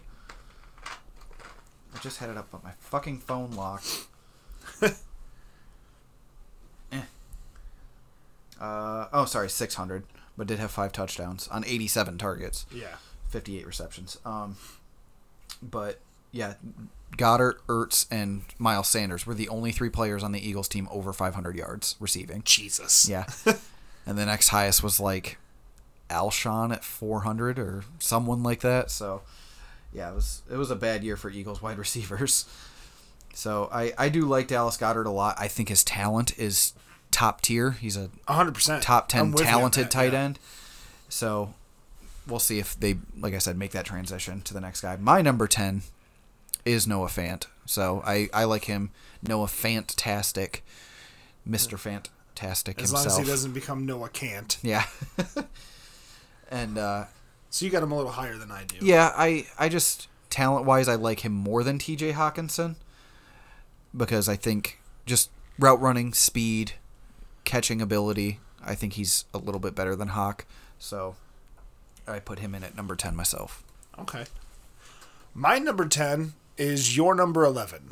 I just had it up, but my fucking phone locked. Eh. Uh, oh, sorry, six hundred, but did have five touchdowns on eighty-seven targets. Yeah. 58 receptions. Um, but yeah, Goddard, Ertz, and Miles Sanders were the only three players on the Eagles team over 500 yards receiving. Jesus. Yeah, and the next highest was like Alshon at 400 or someone like that. So yeah, it was it was a bad year for Eagles wide receivers. So I I do like Dallas Goddard a lot. I think his talent is top tier. He's a 100%. top 10 I'm with you on talented that, tight yeah. end. So we'll see if they, like I said, make that transition to the next guy. My number 10 is Noah Fant. So I, I like him. Noah Fantastic. Mr. Fantastic As himself. long as he doesn't become Noah Kant. yeah. and uh, So you got him a little higher than I do. yeah, I, I just, talent wise, I like him more than TJ Hawkinson because I think just route running, speed, catching ability. I think he's a little bit better than Hawk. So I put him in at number 10 myself. Okay. My number 10 is your number 11.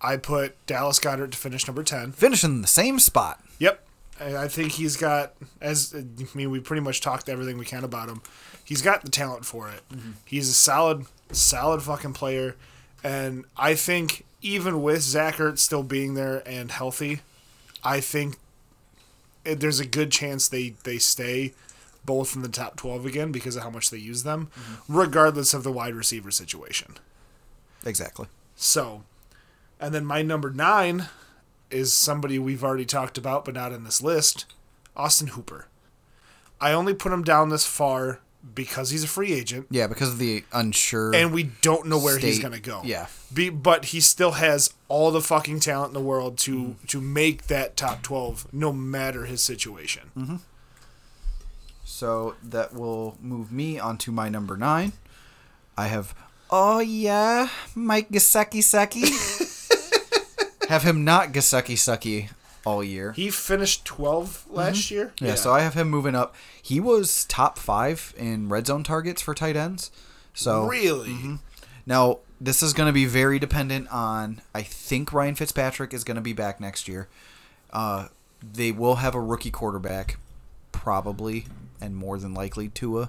I put Dallas Goddard to finish number 10. Finishing in the same spot. Yep. I I think he's got, as uh, I mean, we pretty much talked everything we can about him. He's got the talent for it. He's a solid, solid fucking player. And I think even with Zach Ertz still being there and healthy, I think it, there's a good chance they, they stay both in the top 12 again because of how much they use them, regardless of the wide receiver situation. Exactly. So, and then my number nine is somebody we've already talked about, but not in this list Austin Hooper. I only put him down this far because he's a free agent Yeah, because of the unsure. and we don't know where he's State- going to go. yeah. Be, but he still has all the fucking talent in the world to Mm-hmm. to make that top 12 no matter his situation. Mm-hmm. so that will move me onto my number nine. I have, oh yeah, Mike Gasecki Sucky. have him not Gasecki Sucky all year. He finished 12 last year. Mm-hmm. Yeah, so I have him moving up. He was top five in red zone targets for tight ends. So really Mm-hmm. now this is going to be very dependent on. I think Ryan Fitzpatrick is going to be back next year. Uh, they will have a rookie quarterback, probably, and more than likely Tua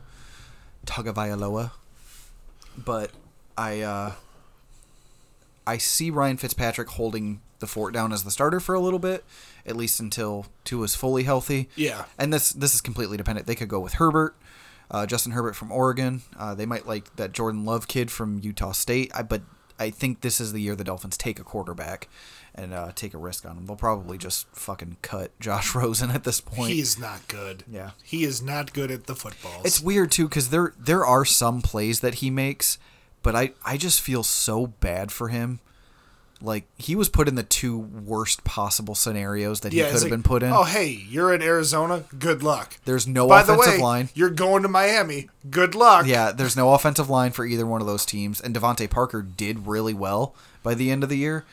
Tagovailoa. But I uh, I see Ryan Fitzpatrick holding the fort down as the starter for a little bit, at least until Tua's fully healthy. Yeah. And this this is completely dependent. They could go with Herbert, uh, Justin Herbert from Oregon. Uh, they might like that Jordan Love kid from Utah State. I, but I think this is the year the Dolphins take a quarterback and uh, take a risk on him. They'll probably just fucking cut Josh Rosen at this point. He's not good. Yeah. He is not good at the footballs. It's weird too because there there are some plays that he makes, but I I just feel so bad for him. Like he was put in the two worst possible scenarios that he Yeah, could it's have like, been put in. Oh, hey, you're in Arizona. Good luck. There's no By the offensive way, line. you're going to Miami. Good luck. Yeah, there's no offensive line for either one of those teams. And Devontae Parker did really well by the end of the year,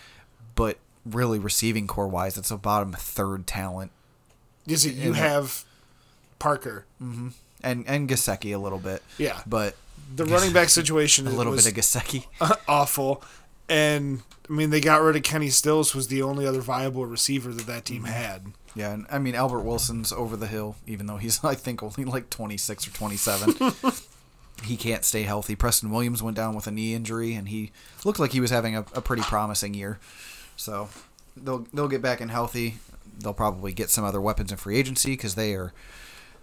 but really receiving core wise, it's a bottom third talent. You see, you uh, have Parker. And and Gasecki a little bit. Yeah. But The running back situation Mm-hmm. a little was bit of Gasecki. awful, and I mean they got rid of Kenny Stills, was the only other viable receiver that that Mm-hmm. team had. Yeah, and I mean Albert Wilson's over the hill, even though he's I think only like twenty six or twenty seven. he can't stay healthy. Preston Williams went down with a knee injury, and he looked like he was having a, a pretty promising year. So they'll they'll get back in healthy. They'll probably get some other weapons in free agency because they are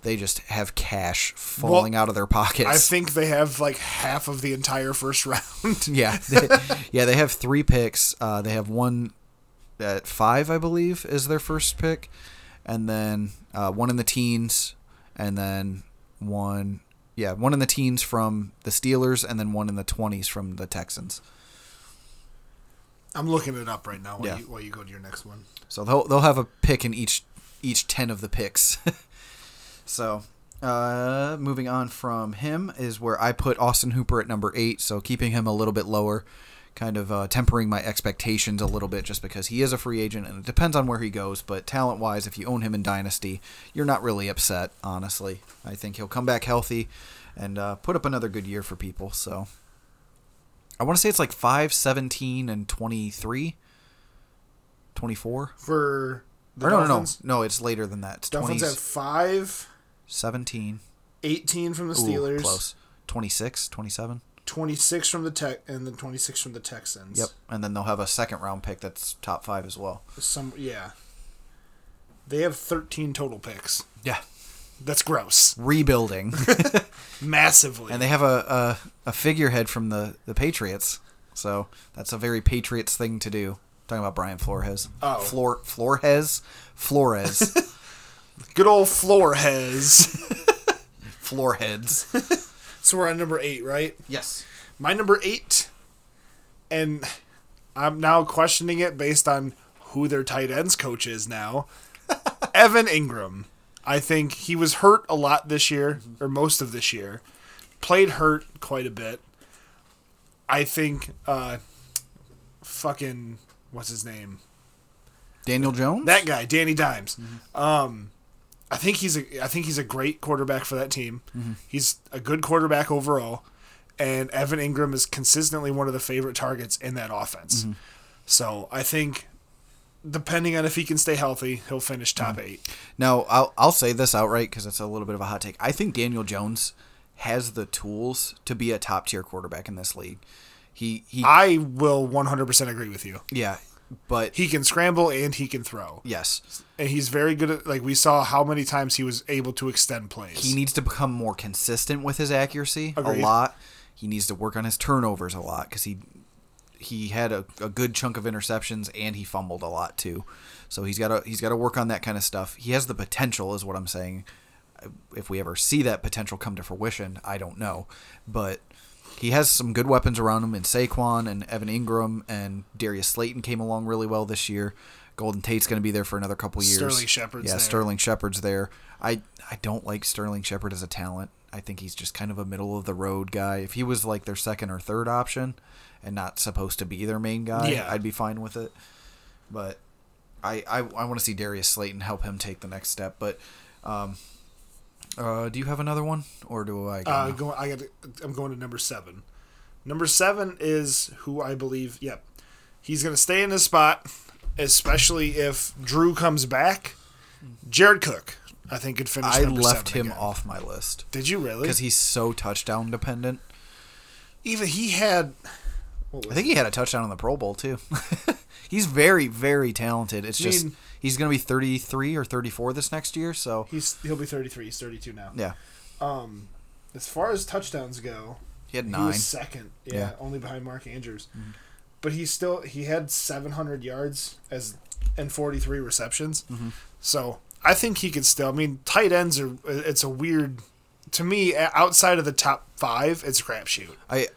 they just have cash falling out of their pockets. I think they have like half of the entire first round. Yeah, they, yeah, they have three picks. Uh, they have one at five, I believe, is their first pick, and then uh, one in the teens, and then one, yeah, one in the teens from the Steelers, and then one in the twenties from the Texans. I'm looking it up right now while, Yeah. you, while you go to your next one. So they'll they'll have a pick in each each ten of the picks. so uh, moving on from him is where I put Austin Hooper at number eight. So keeping him a little bit lower, kind of uh, tempering my expectations a little bit, just because he is a free agent and it depends on where he goes. But talent wise, if you own him in Dynasty, you're not really upset. Honestly, I think he'll come back healthy and uh, put up another good year for people. So. I want to say it's like 5, 17, and 23, 24. For the Or no, no, no, Dolphins, no. It's later than that. It's Dolphins 20s, have five, 17. 18 from the Ooh, Steelers, close. 26, 27. 26 from the Tech, and then 26 from the Texans. Yep. And then they'll have a second round pick that's top five as well. Some yeah. They have 13 total picks. Yeah. That's gross. Rebuilding, Massively. and they have a, a a figurehead from the the Patriots. So that's a very Patriots thing to do. Talking about Brian Flores. Oh. Flor Flores, Flores, Good old floor has. Floorheads. so we're on number eight, right? Yes. My number eight, and I'm now questioning it based on who their tight ends coach is now. Evan Ingram. I think he was hurt a lot this year, or most of this year. Played hurt quite a bit. I think, uh, fucking, what's his name? Daniel Jones. That guy, Danny Dimes. Um, I think he's a I think he's a great quarterback for that team. He's a good quarterback overall, and Evan Ingram is consistently one of the favorite targets in that offense. So I think, depending on if he can stay healthy, he'll finish top eight. Now, I'll, I'll say this outright because it's a little bit of a hot take. I think Daniel Jones has the tools to be a top tier quarterback in this league. He he I will 100% agree with you. yeah, but He can scramble and he can throw, yes, and he's very good at like we saw how many times he was able to extend plays. he needs to become more consistent with his accuracy Agreed. a lot. He needs to work on his turnovers a lot because he he had a, a good chunk of interceptions and he fumbled a lot too. So he's got to he's got to work on that kind of stuff. He has the potential, is what I'm saying. If we ever see that potential come to fruition, I don't know, but he has some good weapons around him in Saquon and Evan Ingram and Darius Slayton came along really well this year. Golden Tate's going to be there for another couple years. Sterling Shepard's yeah, there. Sterling Shepard's there. I I don't like Sterling Shepard as a talent. I think he's just kind of a middle of the road guy. If he was like their second or third option, and not supposed to be their main guy, Yeah. I'd be fine with it. But I I, I want to see Darius Slayton help him take the next step. But um, uh, do you have another one, or do I? go Uh, now? go, I got. I'm going to number seven. Number seven is who I believe. Yep, he's going to stay in his spot, especially if Drew comes back. Jared Cook, I think, could finish. I number left seven him again. off my list Did you really? because he's so touchdown dependent. even he had. What I was think he had a touchdown in the Pro Bowl too. he's very very talented. It's I just mean- he's going to be 33 or 34 this next year, so it? he's he'll be 33. He's 32 now. yeah. Um, as far as touchdowns go, He had He 9. was second, yeah, Yeah. Mm-hmm. only behind Mark Andrews. But he still he had 700 yards as and 43 receptions. Mm-hmm. So I think he could still. I mean, tight ends are it's a weird to me o- outside of the top five. It's a crapshoot. I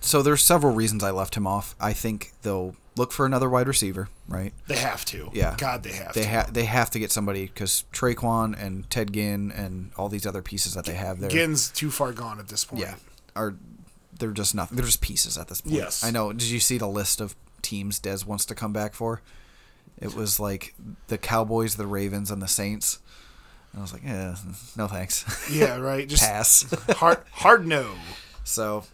so there's several reasons I left him off. I think though look for another wide receiver, right? They have to. Yeah. God, they have They to. have they have to get somebody because Traquan and Ted Ginn and all these other pieces that they have there, Ginn's too far gone at this point. yeah, are they're just nothing. They're just pieces at this point. Yes. I know. Did you see the list of teams Des wants to come back for? It was like the Cowboys, the Ravens, and the Saints. And I was like, eh, no thanks, Yeah, right. Just pass. hard, hard no. So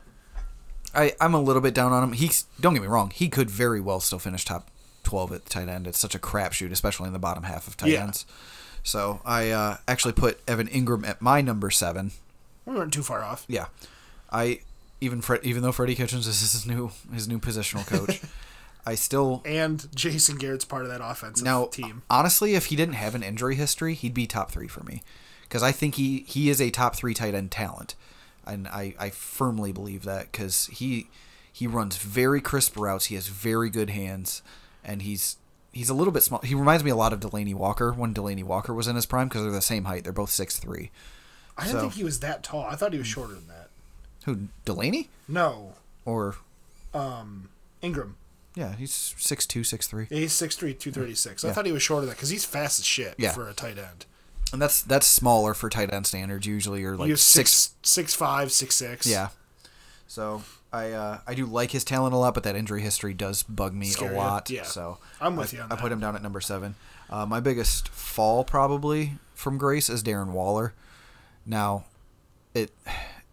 I I'm a little bit down on him. He's don't get me wrong, he could very well still finish top twelve at tight end. It's such a crapshoot, especially in the bottom half of tight Yeah. ends. So I uh, actually put Evan Ingram at my number seven. We weren't too far off. Yeah, I even Fred, even though Freddie Kitchens is his new his new positional coach, I still And Jason Garrett's part of that offensive now team. honestly, if he didn't have an injury history, he'd be top three for me because I think he he is a top three tight end talent, and I I firmly believe that because he he runs very crisp routes, he has very good hands, and he's he's a little bit small. He reminds me a lot of Delaney Walker when Delaney Walker was in his prime because they're the same height. They're both six three. I didn't uh, so- think he was that tall. I thought he was shorter than that. Who Delaney No, or Ingram. yeah, he's six two six three. Yeah, he's 6'3", 236. I thought he was shorter than that because he's fast as shit Yeah. for a tight end. And that's that's smaller for tight end standards usually, or like he was six. six, six five, six six. Yeah. So I uh, I do like his talent a lot, but that injury history does bug me Scary, a lot. yeah. So I'm with I, you on I that. put him down at number seven. Uh, my biggest fall probably from grace is Darren Waller. Now, it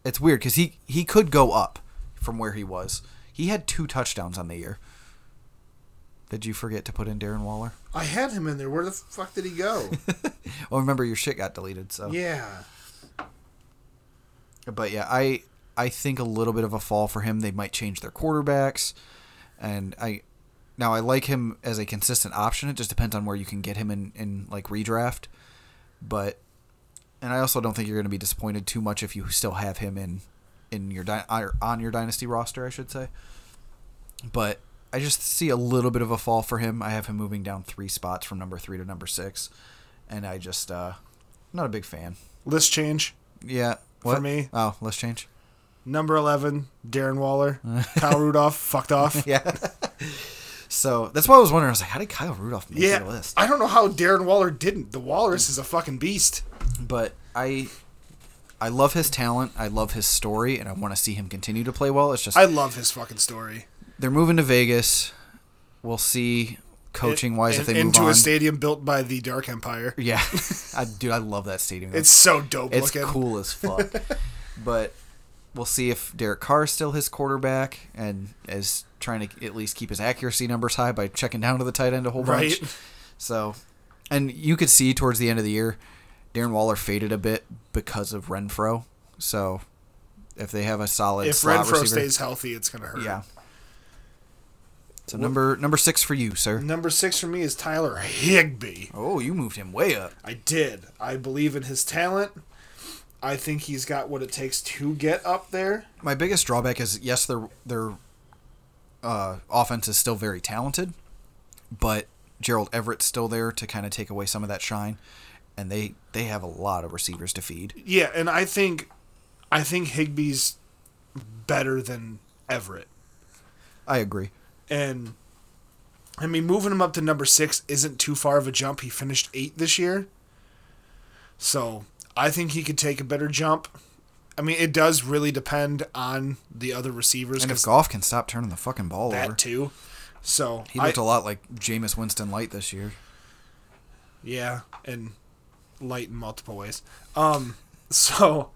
it's weird because he he could go up from where he was. He had two touchdowns on the year. Did you forget to put in Darren Waller? I had him in there. Where the fuck did he go? Oh, remember your shit got deleted. So yeah. But yeah, I I think a little bit of a fall for him. They might change their quarterbacks, and I now I like him as a consistent option. It just depends on where you can get him in in like redraft. But and I also don't think you're going to be disappointed too much if you still have him in in your dy- or on your dynasty roster, I should say. But I just see a little bit of a fall for him. I have him moving down three spots from number three to number six, and I just uh, not a big fan. List change. Yeah. For me? Oh, let's change. Number 11, Darren Waller. Kyle Rudolph, fucked off. Yeah. so that's why I was wondering. I was like, how did Kyle Rudolph make the Yeah. list? I don't know how Darren Waller didn't. The Walrus is a fucking beast. But I, I love his talent. I love his story, and I want to see him continue to play well. It's just I love his fucking story. they're moving to Vegas. We'll see coaching wise if And- they move Into on. a stadium built by the Dark Empire. yeah, I, dude, I love that stadium. It's so dope It's looking. cool as fuck. but we'll see if Derek Carr is still his quarterback and is trying to at least keep his accuracy numbers high by checking down to the tight end a whole bunch. Right. So, and you could see towards the end of the year, Darren Waller faded a bit because of Renfro. So, if they have a solid If slot Renfro receiver, stays healthy, it's gonna hurt. yeah. So number number six for you, sir. Number six for me is Tyler Higby. Oh, you moved him way up. I did. I believe in his talent. I think he's got what it takes to get up there. my biggest drawback is yes, their their uh, offense is still very talented, but Gerald Everett's still there to kind of take away some of that shine, and they they have a lot of receivers to feed. Yeah, and I think, I think Higby's better than Everett. I agree. And I mean, moving him up to number six isn't too far of a jump. He finished eight this year. So I think he could take a better jump. I mean, it does really depend on the other receivers. And if 'cause Goff can stop turning the fucking ball over, that too. So he I- looked a lot like Jameis Winston light this year. Yeah, and light in multiple ways. Um, so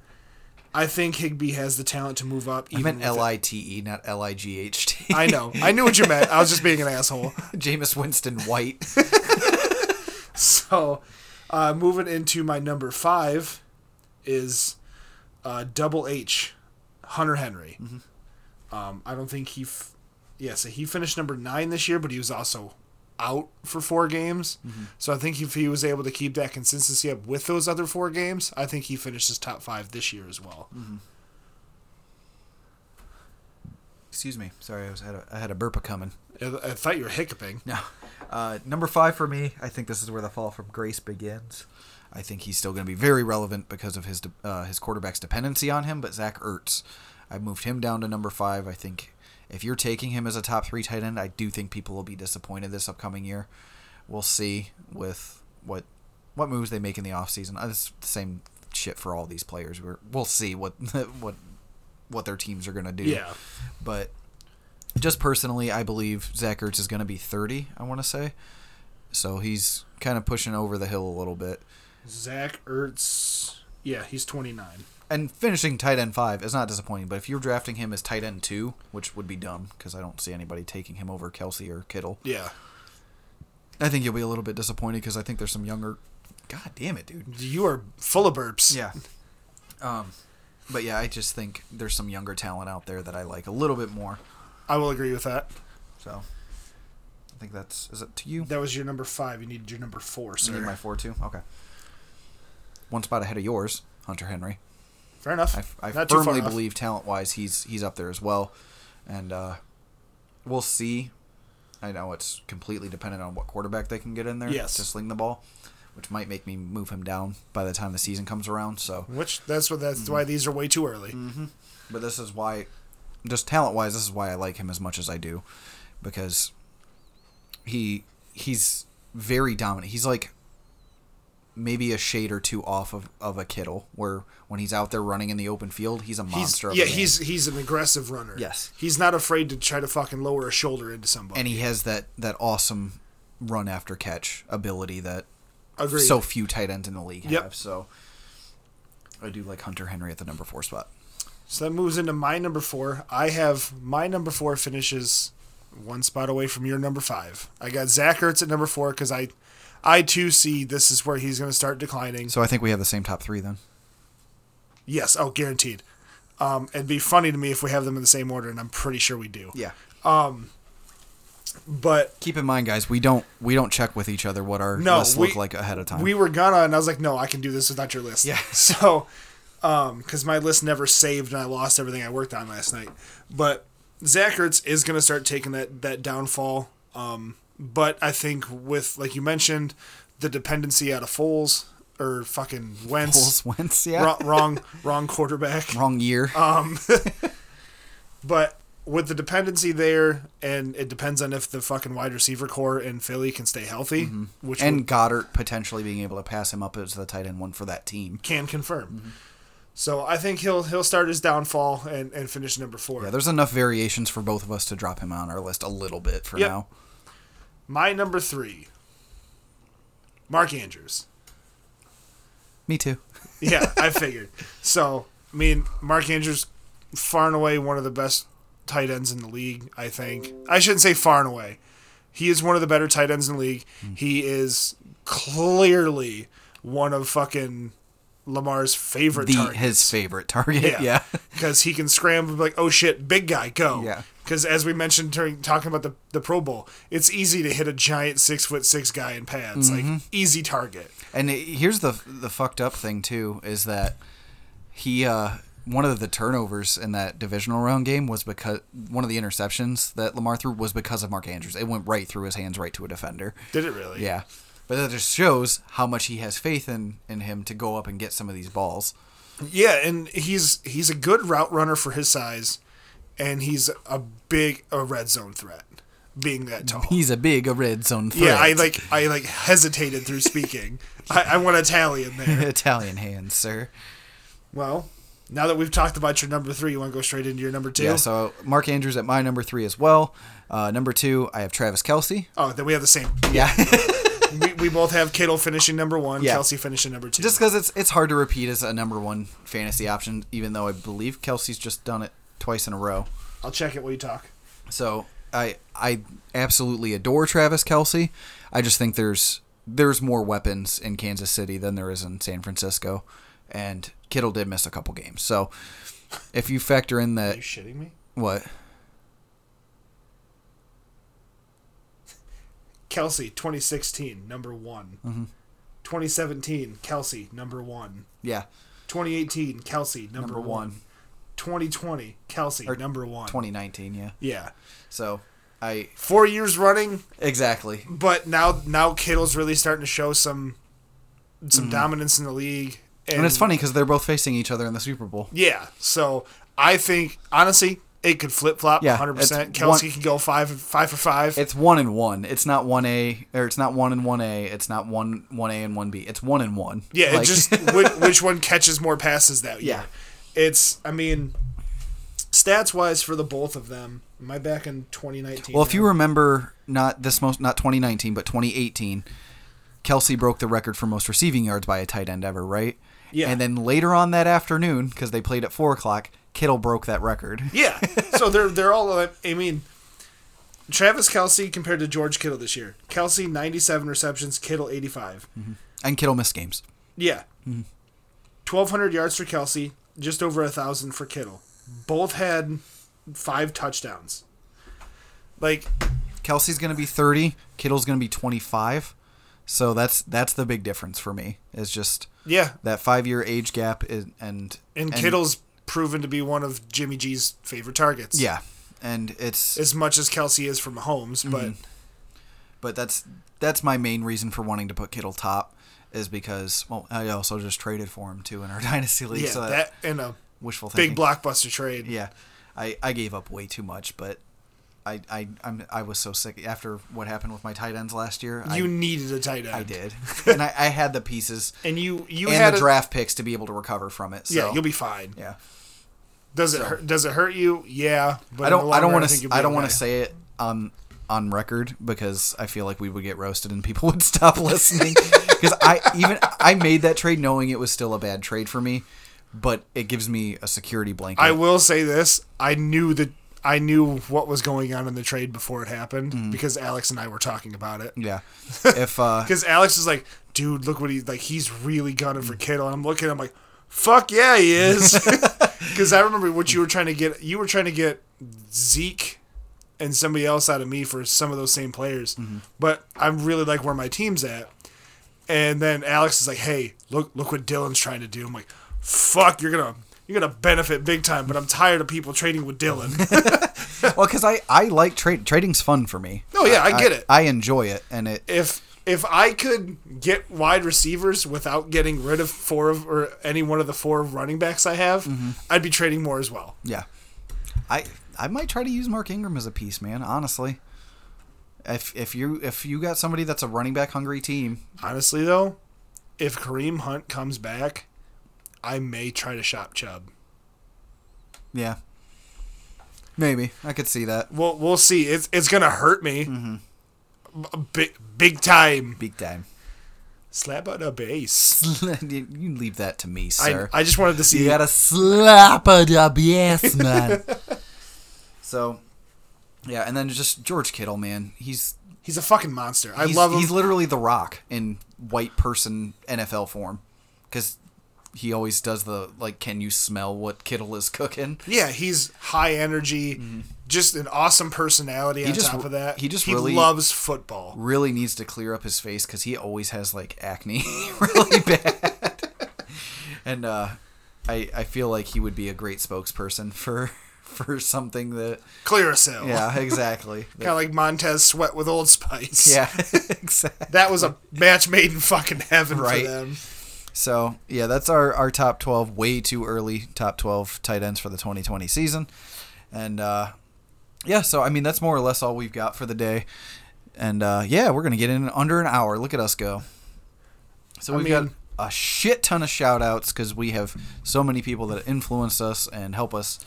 I think Higby has the talent to move up. I Even meant with L it- I T E, not L I G H T. I know. I knew what you meant. I was just being an asshole. Jameis Winston White. So uh, moving into my number five is uh, double H, Hunter Henry. Um, I don't think he. F- yeah, so he finished number nine this year, but he was also out for four games. So I think if he was able to keep that consistency up with those other four games, I think he finishes top five this year as well. Excuse me. Sorry, I was had a, I had a burp coming. I I thought you were hiccuping. No. Uh, number five for me, I think this is where the fall from grace begins. I think he's still going to be very relevant because of his de- uh, his quarterback's dependency on him, but Zach Ertz. I moved him down to number five. I think If you're taking him as a top three tight end, I do think people will be disappointed this upcoming year. We'll see with what what moves they make in the offseason. Uh, It's the same shit for all these players. We're, we'll see what what what their teams are gonna do. Yeah. But just personally, I believe Zach Ertz is going to be 30, I want to say. So he's kind of pushing over the hill a little bit. Zach Ertz. Yeah, he's 29. And finishing tight end five is not disappointing, but if you're drafting him as tight end two, which would be dumb because I don't see anybody taking him over Kelsey or Kittle, Yeah. I think you'll be a little bit disappointed because I think there's some younger. God damn it, dude. You are full of burps. Yeah. Um, but yeah, I just think there's some younger talent out there that I like a little bit more. I will agree with that. So I think that's. Is it to you? That was your number five. You needed your number four, You sir. need my four two. Okay. One spot ahead of yours, Hunter Henry. Fair enough. I, I Not too far firmly off. believe talent wise, he's he's up there as well, and uh, we'll see. I know it's completely dependent on what quarterback they can get in there Yes. to sling the ball, which might make me move him down by the time the season comes around. So, Which that's what that's why these are way too early. Mm-hmm. but this is why, just talent wise, this is why I like him as much as I do, because he he's very dominant. He's like maybe a shade or two off of, of a Kittle, where when he's out there running in the open field, he's a He's monster. of a yeah, man. he's he's an aggressive runner. Yes. He's not afraid to try to fucking lower a shoulder into somebody. and he has that that awesome run after catch ability that Agreed. so few tight ends in the league Yep. have. So I do like Hunter Henry at the number four spot. So that moves into my number four. I have my number four finishes one spot away from your number five. I got Zach Ertz at number four because I, I too see this is where he's going to start declining. So I think we have the same top three then. Yes, oh, guaranteed. Um, it'd be funny to me if we have them in the same order, and I'm pretty sure we do. Yeah. But Keep in mind, guys, we don't we don't check with each other what our No, lists we- look like ahead of time. we were gonna, and I was like, no, I can do this without your list. Yeah. So, um, because my list never saved, and I lost everything I worked on last night. But Zach Ertz is gonna start taking that that downfall. Um, but I think with like you mentioned, the dependency out of Foles or fucking Wentz, Foles Wentz, yeah. wrong, Uh, wrong, wrong quarterback. Wrong year. But with the dependency there, and it depends on if the fucking wide receiver core in Philly can stay healthy, which Mm-hmm. and Goddard potentially being able to pass him up as the tight end one for that team. can confirm. Mm-hmm. So I think he'll he'll start his downfall and, and finish number four. Yeah, there's enough variations for both of us to drop him on our list a little bit for Yep. now. My number three, Mark Andrews. Me too. Yeah, I figured. So I mean, Mark Andrews, far and away one of the best tight ends in the league. I think I shouldn't say far and away. He is one of the better tight ends in the league. Hmm. He is clearly one of fucking Lamar's favorite The targets. his favorite target. Yeah. yeah. Because he can scramble and be like, oh shit, big guy, go. Yeah. Because as we mentioned during talking about the, the Pro Bowl, it's easy to hit a giant six foot six guy in pads. Mm-hmm. Like, easy target. And it- here's the the fucked up thing too is that he uh, one of the turnovers in that divisional round game was because one of the interceptions that Lamar threw was because of Mark Andrews. It went right through his hands, right to a defender. Did it really? Yeah, but that just shows how much he has faith in in him to go up and get some of these balls. Yeah, and he's he's a good route runner for his size, and he's a big a red zone threat, being that tall. He's a big a red zone threat. yeah, I like I like hesitated through speaking. I, I want Italian there. Italian hands, sir. Well, now that we've talked about your number three, you want to go straight into your number two? Yeah, so Mark Andrews at my number three as well. Uh, number two, I have Travis Kelsey. oh, then we have the same. Yeah, we, we both have Kittle finishing number one, Yeah. Kelsey finishing number two. just because it's it's hard to repeat as a number one fantasy option, even though I believe Kelsey's just done it twice in a row. I'll check it while you talk. So I I absolutely adore Travis Kelsey. I just think there's there's more weapons in Kansas City than there is in San Francisco, and Kittle did miss a couple games. So if you factor in Are that, you shitting me? what Kelsey, 2016, number one. Mm-hmm. 2017, Kelsey, number one. yeah 2018, Kelsey, number, number one. one 2020, Kelsey, number one. 2019 yeah. Yeah. So I Four years running, exactly but now now Kittle's really starting to show some some Mm-hmm. dominance in the league. and it's funny because they're both facing each other in the Super Bowl. Yeah. So I think honestly, It could flip flop Yeah, 100%. it's Kelsey one- can go five five for five. It's one and one. It's not one A, or it's not one and one A. It's not one one A and one B. It's one and one. Yeah, Like- it just which, which one catches more passes that year. Yeah. It's I mean stats wise for the both of them. Am I back in 2019? Well, if you now? remember, not this most, not 2019, but 2018, Kelsey broke the record for most receiving yards by a tight end ever, right? Yeah. And then later on that afternoon, because they played at four o'clock, Kittle broke that record. Yeah. so they're they're all like- I mean Travis Kelsey compared to George Kittle this year. Kelsey 97 receptions, Kittle 85. Mm-hmm. And Kittle missed games. Yeah. Mm-hmm. 1200 yards for Kelsey, just over a 1000 for Kittle. Both had five touchdowns. Like Kelsey's going to be 30. Kittle's going to be 25. So that's that's the big difference for me. Is just yeah, that five year age gap is, and and, Kittle's proven to be one of Jimmy G's favorite targets. yeah, Mm-hmm. and it's as much as Kelsey is from Mahomes, but but that's that's my main reason for wanting to put Kittle top is because well I also just traded for him too in our dynasty league yeah, so that, that in a wishful thinking big blockbuster trade. yeah I, I gave up way too much but I I I'm, I was so sick after what happened with my tight ends last year You I, needed a tight end. I did and I, I had the pieces And you you and had the a- draft picks to be able to recover from it so Yeah, you'll be fine. yeah Does it hurt? Does it hurt you? Yeah, but I in the don't long I don't run, want think to you'll be I don't okay. want to say it on on record because I feel like we would get roasted and people would stop listening because I even I made that trade knowing it was still a bad trade for me, but it gives me a security blanket. I will say this: I knew that I knew what was going on in the trade before it happened Mm-hmm. because Alex and I were talking about it. yeah, if uh, Because Alex is like, "Dude, look what he like. He's really gunning for Kittle." And I'm looking. I'm like, "Fuck yeah, he is." Because I remember what you were trying to get. You were trying to get Zeke and somebody else out of me for some of those same players. But I really like where my team's at. And then Alex is like, "Hey, look, look what Dylan's trying to do." I'm like, "Fuck, you're gonna." You're gonna benefit big time, but I'm tired of people trading with Dylan. well, because I I like trade trading's fun for me. No, Oh, yeah, I get it. I enjoy it, and it if if I could get wide receivers without getting rid of four of or any one of the four running backs I have, Mm-hmm. I'd be trading more as well. yeah, I I might try to use Mark Ingram as a piece, man. Honestly. If, if you if you got somebody that's a running back hungry team, Honestly though, if Kareem Hunt comes back, I may try to shop Chubb. yeah, maybe I could see that. We'll we'll see. It's it's gonna hurt me. Mm-hmm. Big big time. Big time. Slap on a base. you you leave that to me, I, sir. I just wanted to see. you gotta slap a WS, man. so, yeah, and then just George Kittle, man. He's he's a fucking monster. I he's, love him. he's literally the Rock in white person NFL form, because he always does the like, can you smell what Kittle is cooking? Yeah, he's high energy, just an awesome personality on just- top of that. Mm-hmm. he just really- loves football. Really needs to clear up his face because he always has like acne really bad. and uh, I I feel like he would be a great spokesperson for for something that Clear as hell. Yeah, exactly. Kind of like Montez Sweat with Old Spice. yeah, exactly. That was a match made in fucking heaven Right. for them. So yeah, that's our our top twelve. Way too early top twelve tight ends for the 2020 season, and uh, yeah. So I mean, that's more or less all we've got for the day. And uh, yeah, we're gonna get in under an hour. Look at us go. So I we've mean- got a shit ton of shout outs because we have so many people that influence us and help us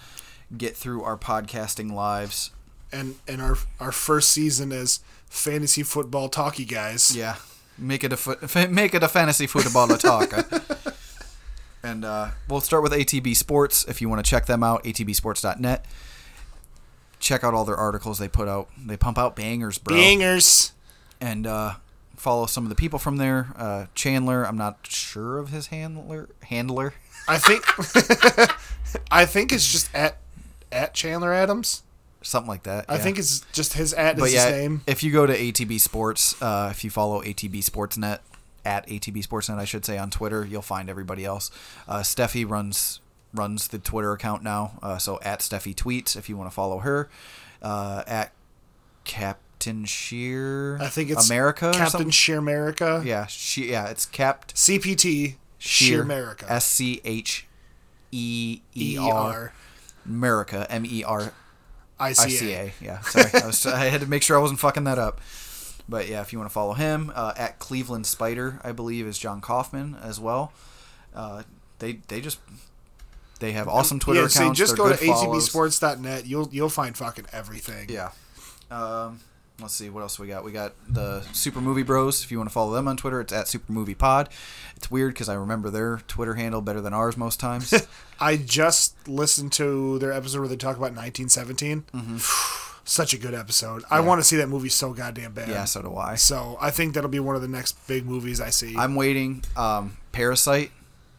get through our podcasting lives. And and our our first season as fantasy football talkie guys. Yeah, make it a foot, fa- make it a fantasy football talk. and uh, we'll start with ATB Sports. If you want to check them out, atbsports.net. Check out all their articles they put out. They pump out bangers, bro. Bangers. And uh, follow some of the people from there. Uh, Chandler, I'm not sure of his handler. Handler. I think I think it's just at at Chandler Adams. Something like that. I yeah. think it's just his at is but yeah, his name. if you go to ATB Sports, uh, if you follow ATB Sportsnet at ATB Sportsnet, I should say on Twitter, you'll find everybody else. Uh, Steffi runs runs the Twitter account now, uh, so at Steffi tweets if you want to follow her. Uh, at Captain Sheer, I think it's America. or Captain something? Sheer America. yeah, she yeah, it's Capt CPT Sheer Sheer America. S C H E E E R R. America M E R ICA. ICA. Yeah, sorry. I, was, I had to make sure I wasn't fucking that up. But yeah, if you want to follow him uh, at Cleveland Spider, I believe is John Kaufman as well. Uh, they they just they have awesome Twitter yeah, accounts. see, just They're go to good follows. atbsports.net. You'll you'll find fucking everything. Yeah. Um, let's see what else we got. We got the Super Movie Bros. If you want to follow them on Twitter, it's at Super Movie Pod. It's weird because I remember their Twitter handle better than ours most times. I just listened to their episode where they talk about 1917. Such a good episode. I want to see that movie so goddamn bad. Mm-hmm. yeah, so do I. So I think that'll be one of the next big movies I see. I'm waiting. Um, Parasite,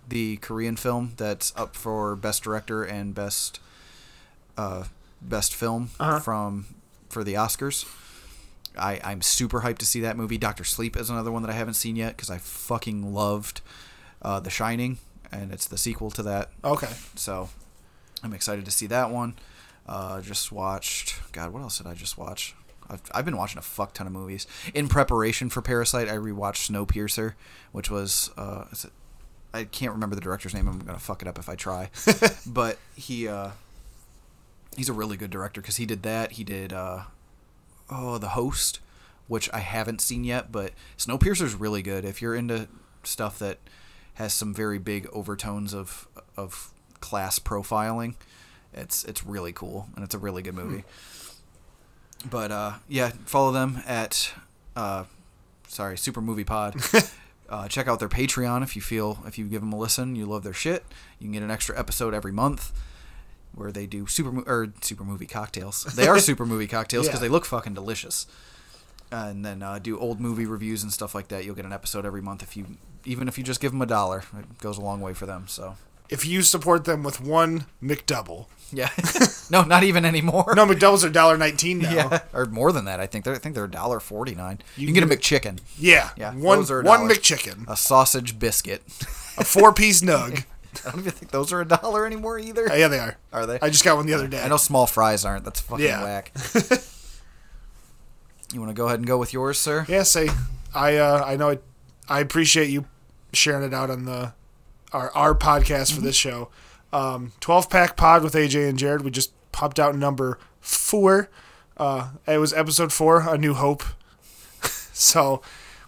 the Korean film that's up for best director and best uh, best film from for the Oscars. I, I'm super hyped to see that movie. Doctor Sleep is another one that I haven't seen yet because I fucking loved uh, The Shining, and it's the sequel to that. okay. So I'm excited to see that one. Uh, just watched. God, what else did I just watch? I've, I've been watching a fuck ton of movies. In preparation for Parasite, I rewatched Snowpiercer, which was uh, is it, I can't remember the director's name. I'm gonna fuck it up if I try. but he uh, he's a really good director because he did that. He did uh, oh the host, which I haven't seen yet, but Snowpiercer's really good. If you're into stuff that has some very big overtones of of class profiling, it's it's really cool and it's a really good movie. But uh, yeah, follow them at uh, sorry Super Movie Pod. Uh, check out their Patreon if you feel if you give them a listen, you love their shit. You can get an extra episode every month where they do super mo- or super movie cocktails. They are super movie cocktails because Yeah. they look fucking delicious. And then uh, do old movie reviews and stuff like that. You'll get an episode every month if you even if you just give them a dollar. It goes a long way for them. So If you support them with one McDouble. yeah, no, not even anymore. No, McDoubles are $1.19 now. Yeah, or more than that. I think they're, I think they're a dollar forty nine. You, can get a McChicken, Yeah. Yeah, One, those are a one dollar. McChicken, a sausage biscuit. a four piece nug. I don't even think those are a dollar anymore either. Uh, yeah, they are. Are they? I just got one the other day. I know small fries aren't. That's fucking Yeah. whack. you want to go ahead and go with yours, sir? Yeah, say I uh, I know it, I appreciate you sharing it out on the our our podcast for this show. Um, Twelve pack pod with AJ and Jared. We just popped out number four. Uh, it was episode four, A New Hope. so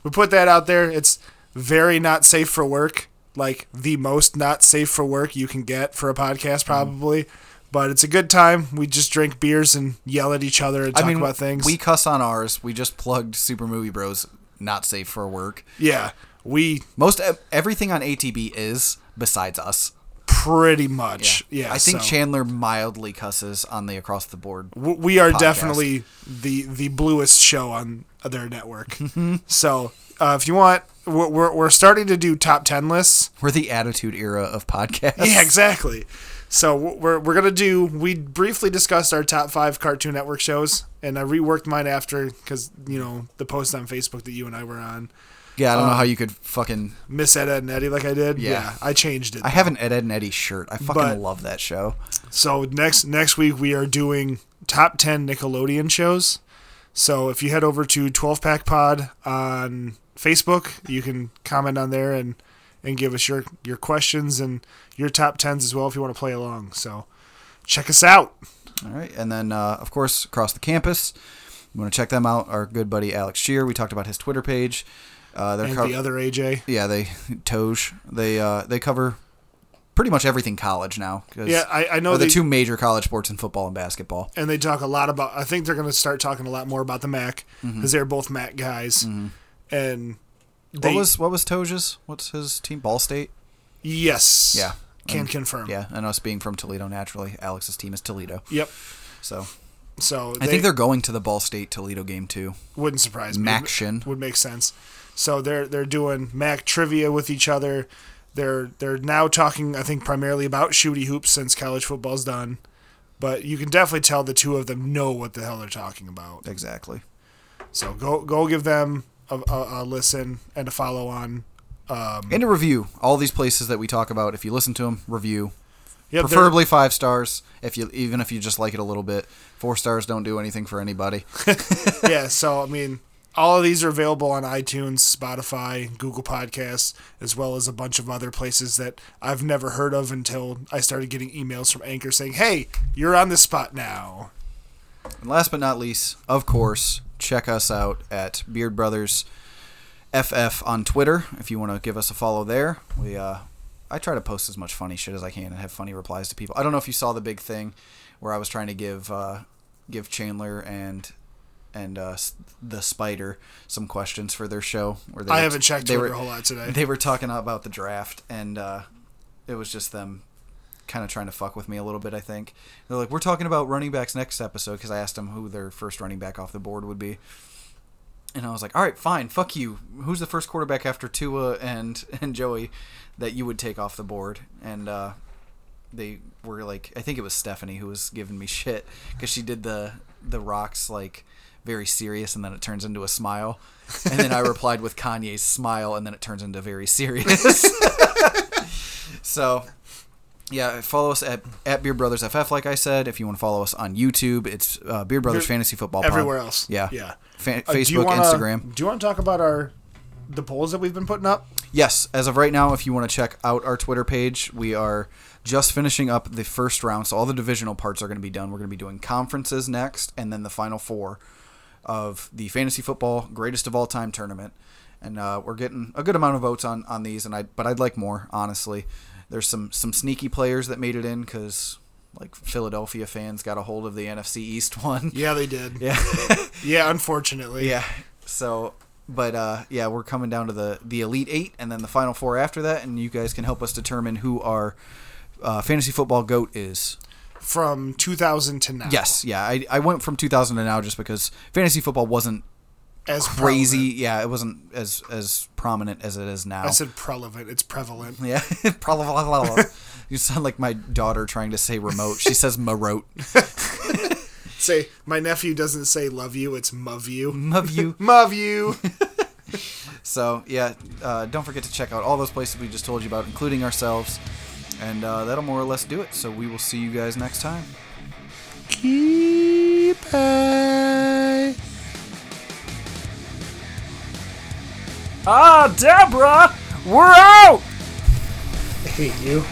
we put that out there. It's very not safe for work. Like the most not safe for work you can get for a podcast, probably. But it's a good time. We just drink beers and yell at each other and talk about things. we cuss on ours. We just plugged Super Movie Bros. Not safe for work. yeah, we Most ev- everything on ATB is besides us. pretty much. Yeah, I think so Chandler mildly cusses on the across the board. w- we are podcast. definitely the the bluest show on their network. so uh, if you want, we're, we're we're starting to do top ten lists. We're the attitude era of podcasts. Yeah, exactly. So we're we're gonna do. We briefly discussed our top five Cartoon Network shows, and I reworked mine after because you know the post on Facebook that you and I were on, Yeah, I uh, don't know how you could fucking. Miss Etta and Eddie, like I did. Yeah. I changed it. I have an Ed, Ed and Eddie shirt. I fucking But- love that show. So next next week we are doing top ten Nickelodeon shows. So if you head over to Twelve Pack Pod on Facebook, you can comment on there and and give us your your questions and your top tens as well if you want to play along. So check us out. All right, and then uh, of course across the campus, you want to check them out. Our good buddy Alex Shear. We talked about his Twitter page. Uh, they're And cov- the other AJ. yeah, they Toj. They uh, they cover pretty much everything college now. 'cause Yeah, I, I know they're they the two major college sports in football and basketball. and they talk a lot about. I think they're going to start talking a lot more about the Mac Mm-hmm. because they're both Mac guys. And they, what was what was Toj's? What's his team? Ball State. yes, Yeah. can confirm. Yeah, and us being from Toledo, naturally, Alex's team is Toledo. Yep. So So I think they're going to the Ball State Toledo game too. wouldn't surprise me. Maction. would make sense. So they're they're doing Mac trivia with each other. They're they're now talking, I think, primarily about shooty hoops since college football's done. But you can definitely tell the two of them know what the hell they're talking about. Exactly. So go go give them a, a, a listen and a follow on. Um, And to review all these places that we talk about, if you listen to them, review. yeah, they're- Preferably five stars. If you even if you just like it a little bit, four stars don't do anything for anybody. yeah. So I mean, all of these are available on iTunes, Spotify, Google Podcasts, as well as a bunch of other places that I've never heard of until I started getting emails from Anchor saying, "Hey, you're on this spot now." And last but not least, of course, check us out at Beard Brothers FF on Twitter if you want to give us a follow there. We uh, I try to post as much funny shit as I can and have funny replies to people. I don't know if you saw the big thing where I was trying to give uh, give Chandler and and uh, s- the Spider some questions for their show. Where they I were- haven't checked they Twitter were- a whole lot today. they were talking about the draft, and uh, it was just them kind of trying to fuck with me a little bit. I think they're like, "We're talking about running backs next episode," because I asked them who their first running back off the board would be, and I was like, "All right, fine, fuck you. Who's the first quarterback after Tua and and Joey that you would take off the board?" And uh, they were like, I think it was Stephanie who was giving me shit because she did the the rocks like very serious and then it turns into a smile, and then I replied with Kanye's smile and then it turns into very serious. so. Yeah, follow us at, at Beard Brothers FF, like I said. If you want to follow us on YouTube, it's uh, Beard Brothers You're- Fantasy Football Pod. Everywhere else. Yeah. Yeah. Fa- Uh, do you Facebook, wanna- Instagram. Do you want to talk about our the polls that we've been putting up? Yes, as of right now, if you want to check out our Twitter page, we are just finishing up the first round, so all the divisional parts are going to be done. We're going to be doing conferences next, and then the final four of the fantasy football greatest of all time tournament. And uh, we're getting a good amount of votes on, on these, and I but I'd like more honestly. There's some some sneaky players that made it in because like Philadelphia fans got a hold of the NFC East one. Yeah, they did. Yeah, Yeah. unfortunately. Yeah. So, but uh, yeah, we're coming down to the the elite eight, and then the final four after that, and you guys can help us determine who our uh, fantasy football goat is. From 2000 to now. Yes, yeah, I, I went from 2000 to now just because fantasy football wasn't As crazy. prevalent. Yeah, it wasn't as as prominent as it is now. I said prevalent. It's prevalent. yeah, Probably- blah, blah, blah. you sound like my daughter trying to say remote. She says marote. Say, my nephew doesn't say love you. It's muv you. Love you. Muv you. So yeah, uh, don't forget to check out all those places we just told you about, including ourselves. And uh, that'll more or less do it. So we will see you guys next time. Keep it. Ah, Deborah, we're out. I hate you.